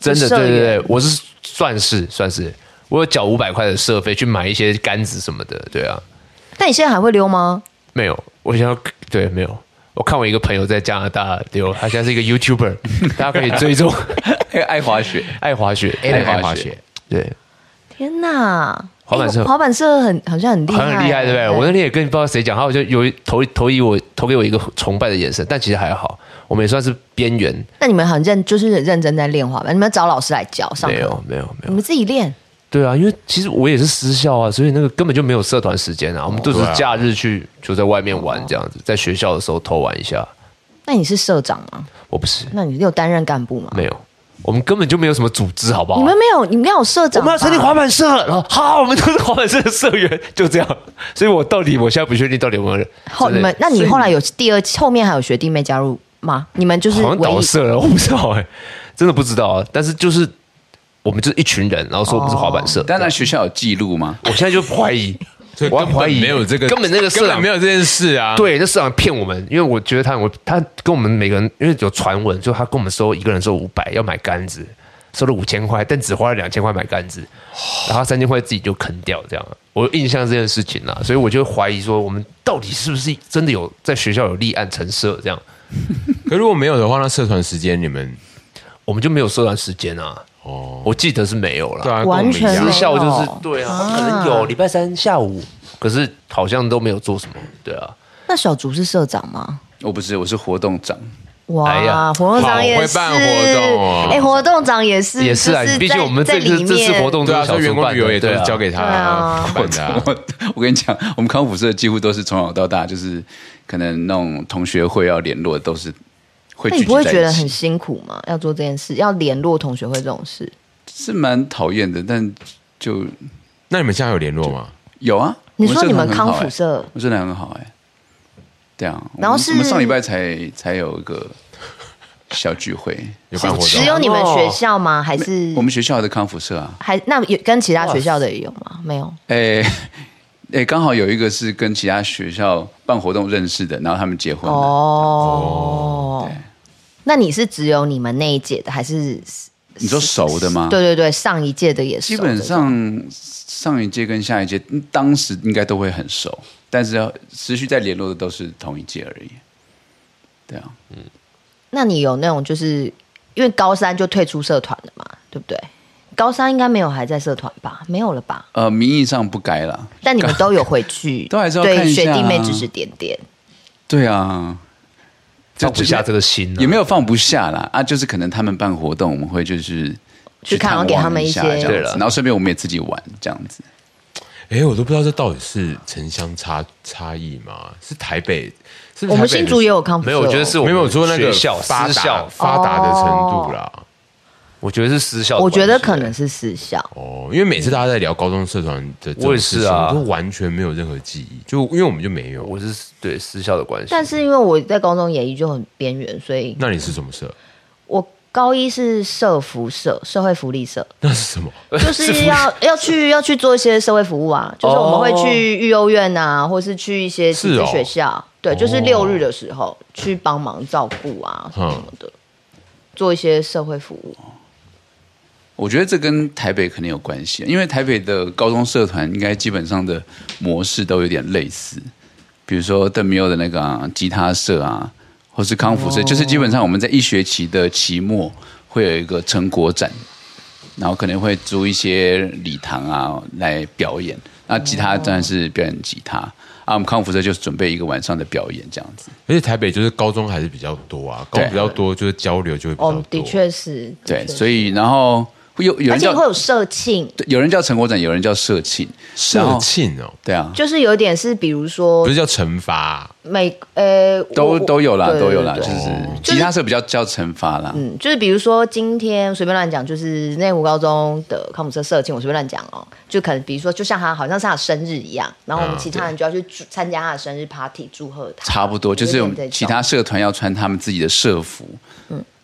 C: 真的
A: 社
C: 对对
A: 员
C: 对，我是算是算是，我有缴五百块的社费去买一些杆子什么的，对啊，
A: 但你现在还会溜吗？
C: 没有，我想要对没有。我看我一个朋友在加拿大溜，他现在是一个 YouTuber，大家可以追 踪
B: 还哎有爱滑雪，
C: 哎爱滑雪，
B: 爱滑雪
C: 雪，对，
A: 天哪！
C: 滑板社
A: 哎滑板社很好像很厉
C: 好
A: 害，
C: 像很厉害，对
A: 嗯
C: 不对？我那天也跟不知道谁讲，他就有一投投以我投给我一个崇拜的眼神，但其实还好，我们也算是边缘，
A: 那你们很认，就是很认真在练滑板，你们找老师来教上
C: 没
A: 课，
C: 有没有没
A: 你
C: 有，
A: 们自己练。
C: 对啊，因为其实我也是私校啊，所以那个根本就没有社团时间啊，我们都是假日去就在外面玩这样子，在学校的时候偷玩一下，
A: 那你是社长吗？
C: 我不是
A: 那你有担任干部吗？
C: 没有，我们根本就没有什么组织，好不好？
A: 你们没有，你们要有社长
C: 我
A: 吧。
C: 们要成立滑板社，然后好，我们都是滑板社的社员，就这样。 所以我到底我现在不确定到底有没有人
A: 后你们，那你后来有第二，后面还有学弟妹加入吗？你们就是
C: 好像
A: 唯
C: 倒
A: 一
C: 社了，我不知道哎、真的不知道啊。但是就是我们就是一群人，然后说我们哦是滑板社，
B: 当然学校有记录吗？
C: 我现在就怀疑，
D: 所以
C: 我
D: 根
C: 要
D: 本
C: 怀疑
D: 没有这个，
C: 根本那个社
D: 根
C: 长
D: 本没有这件事啊。，
C: 对，那市长骗我们，因为我觉得他我他跟我们每个人，因为有传闻，就他跟我们收一个人收五百，要买杆子，收了五千块，但只花了两千块买杆子，然后三千块自己就坑掉，这样。我有印象这件事情啦，所以我就怀疑说，我们到底是不是真的有在学校有立案成社这样？
D: 可如果没有的话，那社团时间你们
C: 我们就没有社团时间啊。哦，我记得是没有
D: 对
C: 啦。
D: 啊，跟我
A: 完
D: 们一样
A: 全没
C: 私
A: 有
C: 校就是对啊，可能有礼拜三下午，可是好像都没有做什么，对啊。
A: 那小竹是社长吗？
B: 我不是，我是活动长。
A: 哇，
C: 哎呀
A: 活动长也
D: 好会
A: 是，
D: 办活动哦
A: 哎、活动长也是，
C: 也是啊
A: 就，
C: 毕竟
A: 在
C: 我们
A: 在
C: 这
A: 里
C: 次
A: 面
C: 这次活动
D: 对啊，所
C: 小
D: 以员
C: 组
D: 工
C: 办
D: 旅游
C: 的
D: 也都
C: 对
D: 是
C: 啊
D: 交给他
A: 对啊
D: 办 的啊。
B: 我 我跟你讲，我们康复社几乎都是从小到大，就是可能那种同学会要联络，都是会
A: 那你
B: 聚集
A: 不会
B: 在
A: 觉
B: 一
A: 得
B: 起
A: 很辛苦吗？要做这件事，要联络同学会这种事，
B: 是蛮讨厌的，但就
D: 那你们现在有联络吗？
B: 有啊。
A: 你说
B: 我
A: 你们
B: 社团很好
A: 康复社
B: 欸，我真的很好哎、对啊，
A: 然后
B: 我们
A: 是
B: 我们上礼拜才才有一个小聚会，
D: 有办
B: 啊
D: 活动？
C: 啊
A: 只有你们学校
B: 哦
A: 吗？还是
B: 我们学校的康复社啊，
A: 还那有跟其他学校的也有吗？没有，
B: 哎、 哎，刚好有一个是跟其他学校办活动认识的，然后他们结婚了。
A: 哦，那你是只有你们那一届的，还是
B: 你说熟的吗？
A: 对对对，上一届的也是。
B: 基本上上一届跟下一届，嗯当时应该都会很熟，但是要持续在联络的都是同一届而已。对啊，
A: 那你有那种就是因为高三就退出社团了嘛，对不对？高三应该没有还在社团吧？没有了吧？
B: 呃，名义上不该啦。
A: 但你们都有回去，
B: 都还是要看
A: 对
B: 一下
A: 学
B: 啊
A: 弟妹指指点点。
B: 对啊，
C: 放不下这个心、啊，
B: 也没有放不下啦啊，就是可能他们办活动，我们会就是
A: 去看
B: 探
A: 给他
B: 望
A: 们一
B: 下
A: 些
B: 这样
A: 对
B: 子
C: 了
B: 然后顺便我们也自己玩这样子。
D: 哎、我都不知道这到底是城乡差差异吗？是台北，是不是
A: 我们
D: 台北
A: 新
D: 的
A: 竹也有康复
C: 没
A: 社
C: 有，
A: 哦，
C: 我觉得是我
D: 没
C: 们
D: 有说那个
C: 学校
D: 发
C: 私
D: 达
C: 校，
D: 发达的程度啦。
C: 我觉得是私校的
A: 我
C: 关系。
A: 觉得可能是私校。
D: 哦，因为每次大家在聊高中社团的这种
C: 我也是
D: 事情
C: 啊
D: 我都完全没有任何记忆，就因为我们就没有。
C: 欸我是对私校的关系，
A: 但是因为我在高中演艺就很边缘，所以
D: 那你是什么社？
A: 我高一是社福社，社会福利社，
D: 那是什么？
A: 就是要要去要去做一些社会服务啊，就是我们会去育幼院啊，或是去一些
D: 是
A: 实际
D: 哦
A: 学校，对，就是六日的时候去帮忙照顾啊什么什么的，做一些社会服务。
B: 我觉得这跟台北肯定有关系，因为台北的高中社团应该基本上的模式都有点类似，比如说邓米欧的那个、啊、吉他社啊，或是康复社，
A: 哦
B: 就是基本上我们在一学期的期末会有一个成果展，然后可能会租一些礼堂啊来表演。那吉他当然是表演吉他，啊，我们康复社就是准备一个晚上的表演这样子。
D: 而且台北就是高中还是比较多啊，高中
B: 对
D: 比较多就是交流就会比较
A: 哦
D: 多。，
A: 的，确是，
B: 对，所
A: 以
B: 以然后会有有
A: 而
B: 人
A: 且
B: 叫
A: 会有社庆，
B: 对有人叫成果展，有人叫社庆，然
D: 社
B: 后
D: 庆哦，
B: 对啊，
A: 就是有点是比如说
D: 不是叫惩罚啊、
A: 每呃
B: 都
A: 我
B: 都有啦，
A: 对
B: 都有啦，
A: 对
B: 就
A: 对
B: 是吉他社比较叫惩罚啦。
A: 嗯，就是比如说今天随便乱讲，就是内湖高中的康姆社社庆，我随便乱讲哦，就可能比如说，就像他好像是他的生日一样，然后我们其他人就要去祝参加他的生日 party 祝贺他，
B: 啊差不多，就是我
A: 有点
B: 们
A: 这
B: 其
A: 种
B: 他社团要穿他们自己的社服，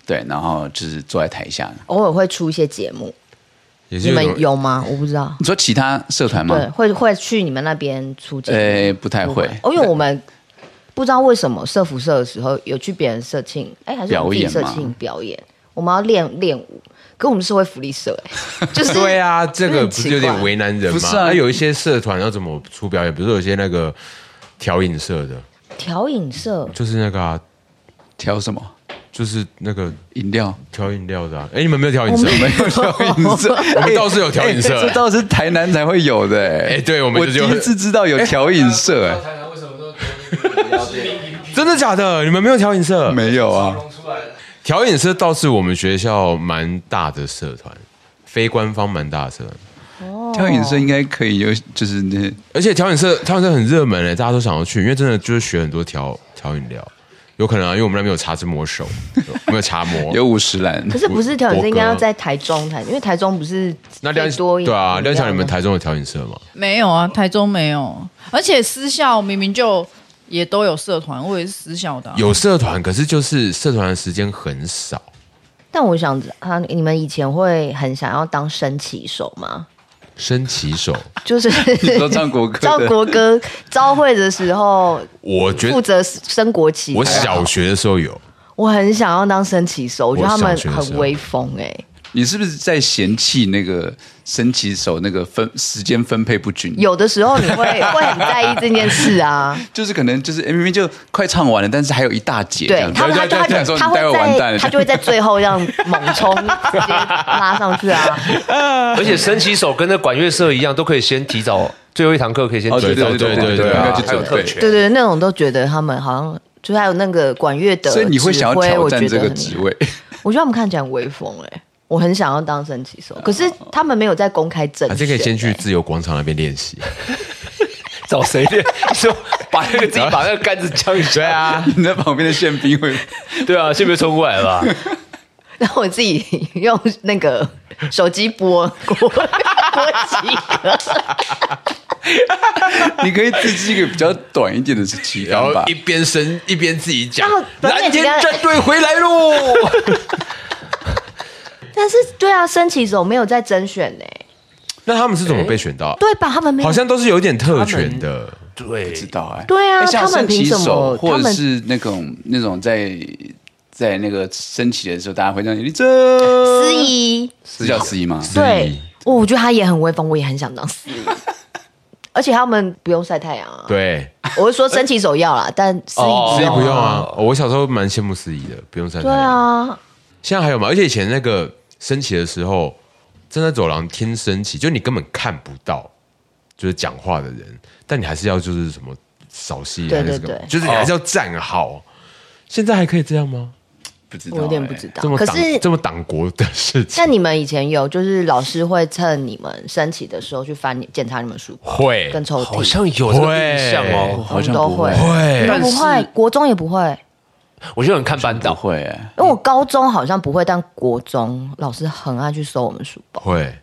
B: 对，然后就是坐在台下。
A: 偶尔会出一些节目，
D: 也是
A: 你
D: 有一
A: 们
D: 种
A: 有吗？我不知道，
B: 你说其他社团
A: 对，
B: 吗？
A: 会会去你们那边出节目，
B: 呃，不太会，
A: 哦，因为我们不知道为什么社服社的时候有去别人社庆，哎，还是我们自己社
B: 表演
A: 庆
B: 吗
A: 表演，我们要练练舞，可我们是会福利社， 哎，就是
D: 对啊，这个
A: 很
D: 不是
A: 奇
D: 有点
A: 怪
D: 为难人吗？
B: 不是啊
D: 那有一些社团要怎么出表演？比如说有些那个调影社的，
A: 调饮社。
D: 就是那个、啊，
B: 调什么
D: 就是那个
B: 饮 料？
D: 调饮料的、啊。哎、你们没有调饮社？
B: 没有调饮色，
D: 我们倒是有调饮社
B: 哎这倒是台南才会有的。哎
D: 哎对我们
B: 我
D: 就
B: 第
D: 就
B: 一次知道有调饮社，
I: 不
B: 哎，
I: 知道台南为什么都都那个知名饮品
D: 真的假的？你们没有调影社？
B: 没有啊。
I: 弄出来的？
D: 调影社倒是我们学校蛮大的社团，非官方蛮大的社团。
B: 调饮社应该可以有，就是那
D: 而且调饮社，调饮社很热门诶、大家都想要去，因为真的就是学很多调调饮料，有可能啊，因为我们那边有茶之魔手，有没有茶魔，
B: 有五十岚
A: 可，是不是调整
D: 国
A: 是应该
D: 歌
A: 要在台中台，因为台中不是
D: 那
A: 最
D: 亮
A: 多
D: 对啊，
A: 饮料
D: 亮强，你们
A: 吗
D: 台中有调饮社吗？
F: 没有啊，台中没有，而且私校明明就也都有社团，我也是私校的啊、
D: 有社团，可是就是社团的时间很少。
A: 但我想啊，你们以前会很想要当升旗手吗？
D: 升旗手，
A: 就是
B: 都唱国歌的
A: 照国歌招会的时候，
D: 我觉
A: 负责
D: 得
A: 升国旗。
D: 我小学的时候有，
A: 我很想要当升旗手，我觉得他
D: 我
A: 们
D: 小学的时
A: 很
D: 候
A: 威风哎、
B: 你是不是在嫌弃那个升旗手那个分时间分配不均？
A: 有的时候你会会很在意这件事啊，
B: 就是可能就是诶明明就快唱完了，但是还有一大节这
A: 对
B: 样子。
A: 他们，他
B: 就
A: 就他
B: 想说
A: 就他
B: 你待会完蛋
A: 会在
B: 了，
A: 他就会在最后让猛冲直接拉上去啊，
C: 而且升旗手跟那管乐社一样，都可以先提早最后一堂课可以先
B: 哦
C: 提
B: 对
C: 早
B: 对对
C: 做
B: 对
D: 对
B: 对，
D: 啊
B: 要去
C: 还有
B: 准
C: 特
B: 备。
C: 权，
A: 对对，那种都觉得他们好像就还有那个管乐的指
B: 所
A: 挥，
B: 以你会想要挑
A: 我
B: 战
A: 觉
B: 这
A: 得
B: 个
A: 很
B: 职位？
A: 我觉得他们看起来很威风哎、我很想要当升旗手，
B: 哦
A: 可是他们没有在公开征
D: 还
B: 啊
A: 选、欸
D: 是可以先去自由广场那边练习。
C: 找谁练？就把那个自己把那个杆子僵一下。对啊，
B: 你在旁边的宪兵会，
C: 对啊，先别冲过来吧。
A: 然后我自己 用那个手机 播国国旗歌，
B: 你可以自己一个比较短一点的旗
D: 然
B: 杆
D: 后
B: 吧
D: 一。边升一边自己讲
A: 然后，把那
D: 蓝天
A: 几个
D: 战队回来喽！
A: 但是对啊，升旗手没有在甄选呢、
D: 那他们是怎么被选到？
A: 对吧？他们没有
D: 好像都是有一点特权的，
C: 对，
B: 知道哎、
A: 对啊
B: 哎像
A: 他们
B: 升旗
A: 凭什么
B: 手
A: 他
B: 或者
A: 们
B: 是那种那种在在那个升旗的时候，大家会这样你这
A: 司仪，
B: 是叫司仪吗？
A: 对，我我觉得他也很威风，我也很想当司仪。 而且他们不用晒太阳啊，
D: 对，
A: 我是说升旗手要啦，但司仪
C: 哦
D: 司仪不用啊。哦我小时候蛮羡慕司仪的，不用晒太
A: 对
D: 阳。
A: 啊，
D: 现在还有吗？而且以前那个升旗的时候，站在走廊听升旗，就你根本看不到，就是讲话的人，但你还是要就是什么扫戏
A: 对
D: 还是什
A: 对
D: 么
A: 对，哦
D: 就是你还是要站好。现在还可以这样吗？
B: 不知道、欸
A: 我有点不知道
D: 这。么
A: 可
D: 党
A: 是
D: 这么党国的事情
A: 那，你们以前有就是老师会趁你们升旗的时候去翻你检查你们书包
D: 会
A: 跟抽
C: 好
A: 屉，
C: 像有这个印象
B: 哎
C: 哦。
B: 好像
A: 都
B: 不会，
A: 你
D: 会
A: 们不
C: 但
A: 会，国中也不会，
C: 我就很看班
B: 不
C: 长，
B: 会、哎
A: 因为我高中好像不会，但国中老师很爱去搜我们书包，
D: 会，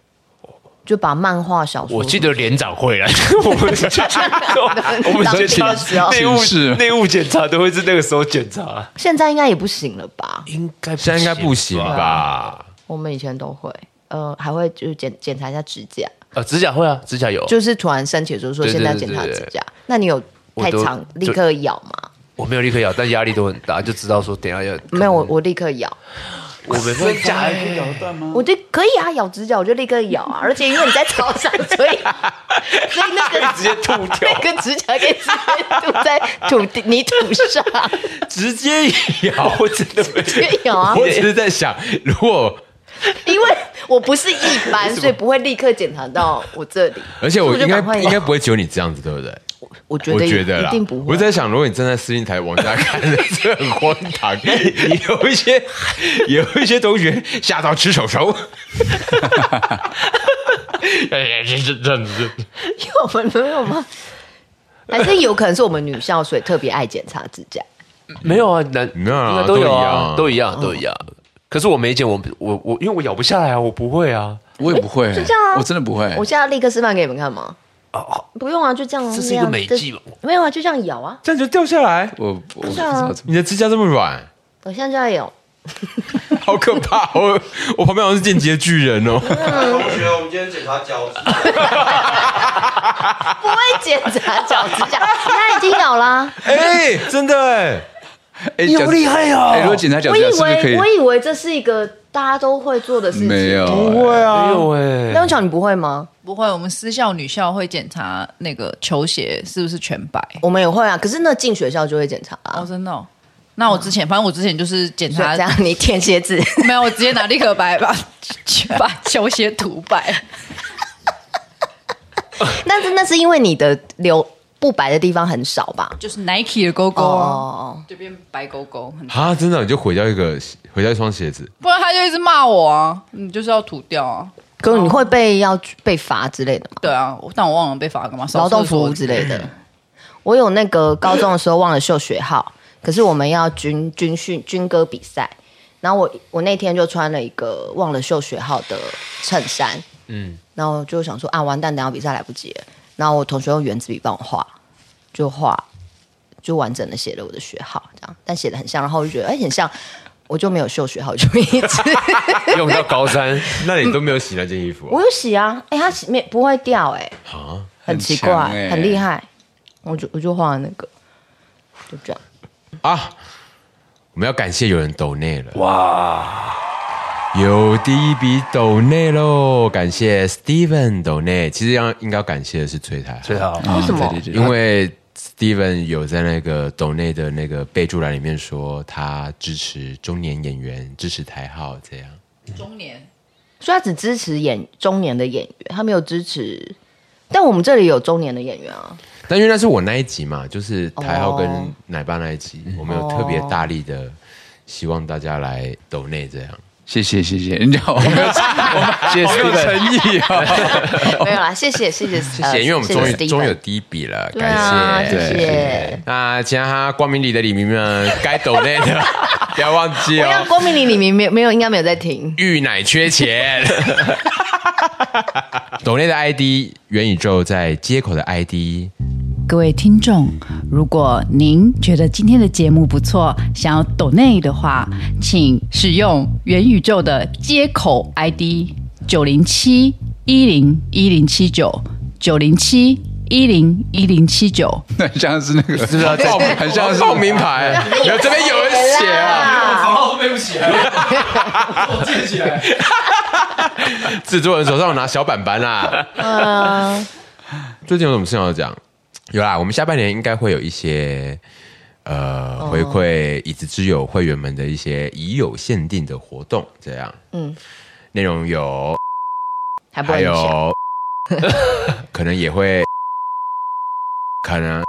A: 就把漫画、小说，
C: 我记得连长会来， 我 们去检查，我们检查
A: 当时哦
C: 内务
B: 寝室
C: 内务检查都会是那个时候检查，
A: 现在应该也不行了吧？
C: 应该
D: 现在应该不行吧？
A: 我们以前都会，呃，还会就是检检查一下指甲，
C: 呃，指甲会啊，指甲有，
A: 就是突然升旗的时候说
C: 对对
A: 现在
C: 对
A: 检查
C: 对
A: 指
C: 对
A: 甲，那你有
C: 我
A: 太
C: 都
A: 长立
C: 就
A: 刻咬吗？
C: 我没有立刻咬，但压力都很大，就知道说等一下要
A: 没有，我我立刻咬，
C: 我没办法，
A: 我就可以啊，咬指甲我就立刻咬 啊，而且因为你在操场，所以所以那个直接吐掉，那个指甲可以直接吐在土地泥土上，
D: 直接咬，我真的没
A: 直接咬啊
D: 我只是在想，如果
A: 因为我不是一般，所以不会立刻检查到我这里，
D: 而且我
A: 所以
D: 应
A: 就
D: 该
A: 赶快咬
D: 应该不会只有你这样子，对不对？
A: 我觉
D: 我
A: 得
D: 觉得
A: 一
D: 啦
A: 定不，
D: 我
A: 会。
D: 在想，如果你站在司令台往下看，是很荒唐。有一些有一些同学吓到吃手手，
C: 哎，这这这样子，
A: 因为我们没有 吗？还是有可能是我们女校，所以特别爱检查指甲。
C: 没有啊，男
D: 没有啊
C: 应该都有啊，
D: 都
C: 都一样，都一样。可是我没剪，我我我，因为我咬不下来啊，我不会啊，
B: 我也不会、
A: 就这样啊
B: 我真的不
D: 哎
B: 会。
A: 我现在立刻示范给你们看吗？哦，不用啊，就这样啊。
C: 这是一个
A: 样
C: 美
A: 这
C: 技吧
A: 没有啊，就这样咬啊。
D: 这样就掉下来。
B: 我我不知
A: 啊
B: 道怎么
D: 你的指甲这么软，
A: 我现在就在咬，
D: 好可怕！我我旁边好像是间接巨人哦。
G: 同学，我们今天检查脚趾，
A: 不会检查脚指甲，他已经咬啦。
D: 哎，真的哎，
B: 哎，你好厉害哦！
A: 啊
B: 哎，如果检查脚
A: 我
B: 趾甲
A: 以
B: 是不是可
A: 为
B: 以
A: 我？以为这是一个大家都会做的事情。
B: 没有，不会啊，
C: 没有哎
A: 梁永强，你不会吗？
E: 不会，我们私校、女校会检查那个球鞋是不是全白。
A: 我们也会啊，可是那进学校就会检查
E: 哦，
A: 啊。
E: 真的哦、那我之前，反正我之前就是检
A: 所以
E: 查
A: 这，样你舔鞋子，
E: 没有，我直接拿立可白把 把球鞋涂白。
A: 但是那是因为你的留不白的地方很少吧？
E: 就是 Nike 的勾勾啊，
A: 哦，
E: 就变白勾勾，很
D: 啊，真的你就毁掉一个毁掉一双鞋子，
E: 不然他就一直骂我啊，你就是要涂掉啊，
A: 可是你会被要被罚之类的吗？
E: 对啊，我但我忘了被罚干嘛，扫
A: 劳动
E: 厕所
A: 服务之类的。我有那个高中的时候忘了秀学号，可是我们要军军训军歌比赛，然后我我那天就穿了一个忘了秀学号的衬衫，嗯，然后就想说啊完蛋，等一下比赛来不及了。然后我同学用圆珠笔帮我画，就画就完整的写了我的学号，这样，但写的很像，然后我就觉得哎、很像，我就没有秀学号，我就一直
C: 用到高三，
D: 那你都没有洗那件衣服
A: 我有洗啊，哎、它洗面不会掉哎、
D: 啊？
A: 很奇怪，
B: 强欸
A: 很厉害。我就我就画了那个，就这样。
D: 啊！我们要感谢有人抖内了哇！有第一笔抖内喽，感谢 Steven 抖内。其实要应该要感谢的是崔台，
C: 最好
B: 为
A: 什么
B: 对对对，
D: 因为 Steven 有在那个抖内的那个备注栏里面说他支持中年演员，支持台号这样。
E: 中年
A: 所以他只支持演中年的演员，他没有支持。但我们这里有中年的演员 啊，
D: 但因为那是我那一集嘛，就是台号
A: 哦
D: 跟奶爸那一集，我们有特别大力的希望大家来抖内这样。
B: 谢谢谢谢，人家我没有，我谢谢
D: 好有
B: Steven
D: 诚意啊！
A: 没有啦，谢谢谢谢呃谢
D: 谢谢，因为我们终于终于有
A: Steven
D: 第一笔了，
A: 对啊，
D: 感
A: 谢
D: 谢。
A: 谢。
D: 那其他光明里的李明们，该抖内的不要忘记
A: 我让
D: 哦。
A: 郭明玲里面没有没有应该没有在听，
D: 玉奶缺钱，抖内的 ID 元宇宙在街口的 ID
F: 各位听众，如果您觉得今天的节目不错，想要抖内的话，请使用元宇宙的接口 ID 九零七一零一零七九九零七一零一零七九。
B: 那很像是那个，是不是啊
D: 报
B: 很像是
D: 报名牌，然哎后这边有人写啊，
I: 我房号都背不起来，我记得起来。
D: 制作人手上有拿小板板啊啦。
A: 呃
D: 最近有什么事情要讲？有啦，我们下半年应该会有一些呃回馈椅子之友会员们的一些已有限定的活动，这样，嗯
A: 嗯，
D: 内容有
A: 还不
D: 还
A: 会很小
D: 有 可能也会，可能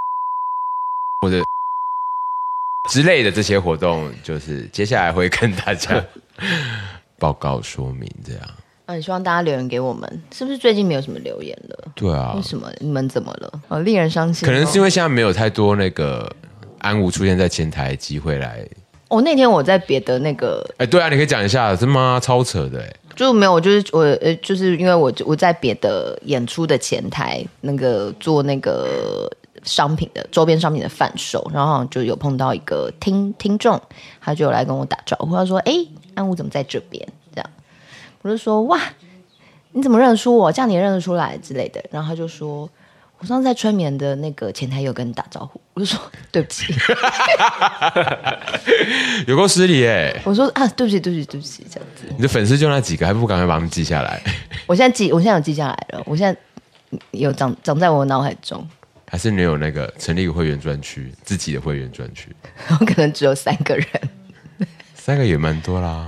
D: 或者之类的这些活动，就是接下来会跟大家报告说明这样。
A: 嗯，希望大家留言给我们，是不是最近没有什么留言了？
D: 对啊
A: 为，什么？你们怎么了？哦，令人伤心哦。
D: 可能是因为现在没有太多那个安吾出现在前台的机会来。
A: 哦，那天我在别的那个
D: 哎，对啊，你可以讲一下，真妈超扯的哎。
A: 就没有，就是我呃，就是因为我我在别的演出的前台那个做那个商品的周边商品的贩售，然后好像就有碰到一个听听众，他就有来跟我打招呼，他说：“哎、安武怎么在这边？”这样，我就说：“哇，你怎么认得出我？这样你也认得出来之类的。”然后他就说。我上次在催眠的那个前台有跟你打招呼，我就说对不起，
D: 有够失礼哎！
A: 我说啊对不起对不起对不起这样子，
D: 你的粉丝就那几个，还不赶快把他们记下来？
A: 我现在记我现在有记下来了，我现在有长长在我脑海中，
D: 还是你有那个成立一个会员专区，自己的会员专区？
A: 我可能只有三个人。
D: 三个也蛮多啦，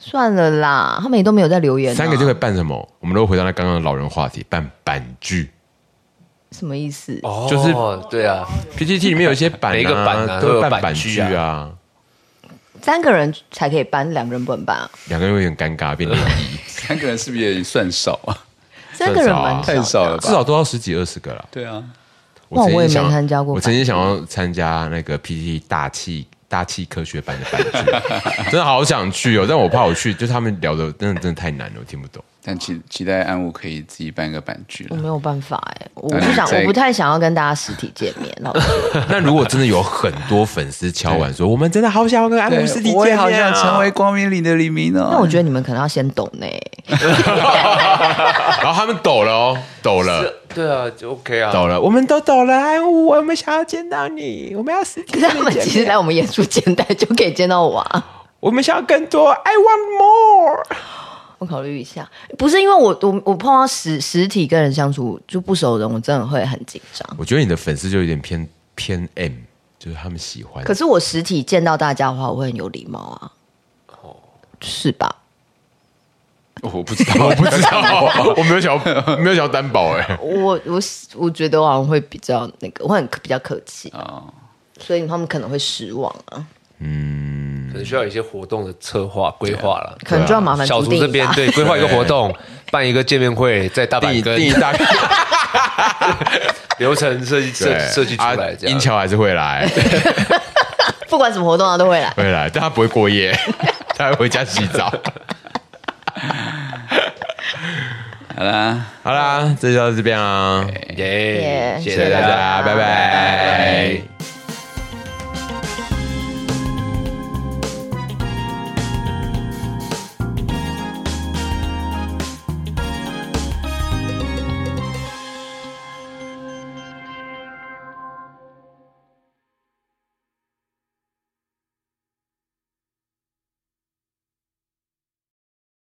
A: 算了啦，他们也都没有在留言、啊。
D: 三个就可以办什么？我们都回到那刚刚的老人话题，办板剧。
A: 什么意思？
C: 哦
D: 就是
C: 对啊，
D: PPT 里面有一些板、啊，
C: 每一个板啊
D: 都
C: 都
D: 有
C: 有
D: 办
C: 板
D: 板
C: 剧
D: 剧
C: 啊
D: 啊，
A: 三个人才可以搬，两个人不能搬、啊。
D: 两个人有点尴尬，变得
B: 三个人是不是也算少啊？
A: 三个人蛮
B: 太
A: 少
B: 少
A: 的啊
B: 了吧？
D: 至少都要十几二十个啦。
B: 对啊，
A: 哇
D: 曾经
A: 我也没
D: 想
A: 参加过
D: 我曾经想要参加那个 PPT 大气大气科学版的版剧， 真的好想去哦，但我怕我去，就是他们聊的真的真的太难了，我听不懂。
B: 但期期待安武可以自己办一个版剧
A: 我
B: 了。
A: 没有办法哎、我
B: 那
A: 不
B: 你
A: 想，
B: 再
A: 我不太想要跟大家实体见面，老 师。
D: 那如果真的有很多粉丝敲碗说，我们真的好想要跟安
B: 对
D: 慕斯蒂
B: 我也
D: 见
B: 好
D: 面
B: 想成
D: 啊，
B: 为光明里的黎明哦。
A: 那我觉得你们可能要先 懂呢、
D: 然后他们抖了哦，抖了。
C: 对啊，就 OK 啊，
D: 抖了，我们都抖了，安武，我们想要见到你，我们要实体
A: 可是他 们其实来我们演出前台就可以见到我啊。
D: 我们想要更多，I want more。
A: 我考虑一下，不是因为我我我碰到实实体跟人相处就不熟的人，我真的会很紧张。
D: 我觉得你的粉丝就有点偏偏 M，就是他们喜欢。
A: 可是我实体见到大家的话，我会很有礼貌啊。是吧？
B: 哦我不知道，
D: 我不知道，我没有想要没有想要担保哎、
A: 我我我觉得我好像会比较那个，我很比较客气，
B: 哦
A: 所以他们可能会失望啊，
D: 嗯，
C: 可能需要有一些活动的策划规划了。
A: 可能就要麻烦
C: 小
A: 朱
C: 竹
A: 定
C: 这边
A: 吧。
C: 对规划一个活 动，办一个见面会，在大
D: 定
C: 阪
D: 义
C: 跟
D: 定义大概
C: 流程设计设
D: 对
C: 设计出
D: 啊
C: 来这
D: 银
C: 样。
D: 桥还是会来
A: 不管什么活动啊都会来。
D: 会来，但他不会过 夜，他会回家洗澡。
B: 好啦。
D: 好啦，这就到这边啦，
C: 耶，
A: 耶
C: 谢
D: 谢谢
C: 谢
D: 大
C: 大
D: 家，
C: 家，
D: 拜拜
C: 拜拜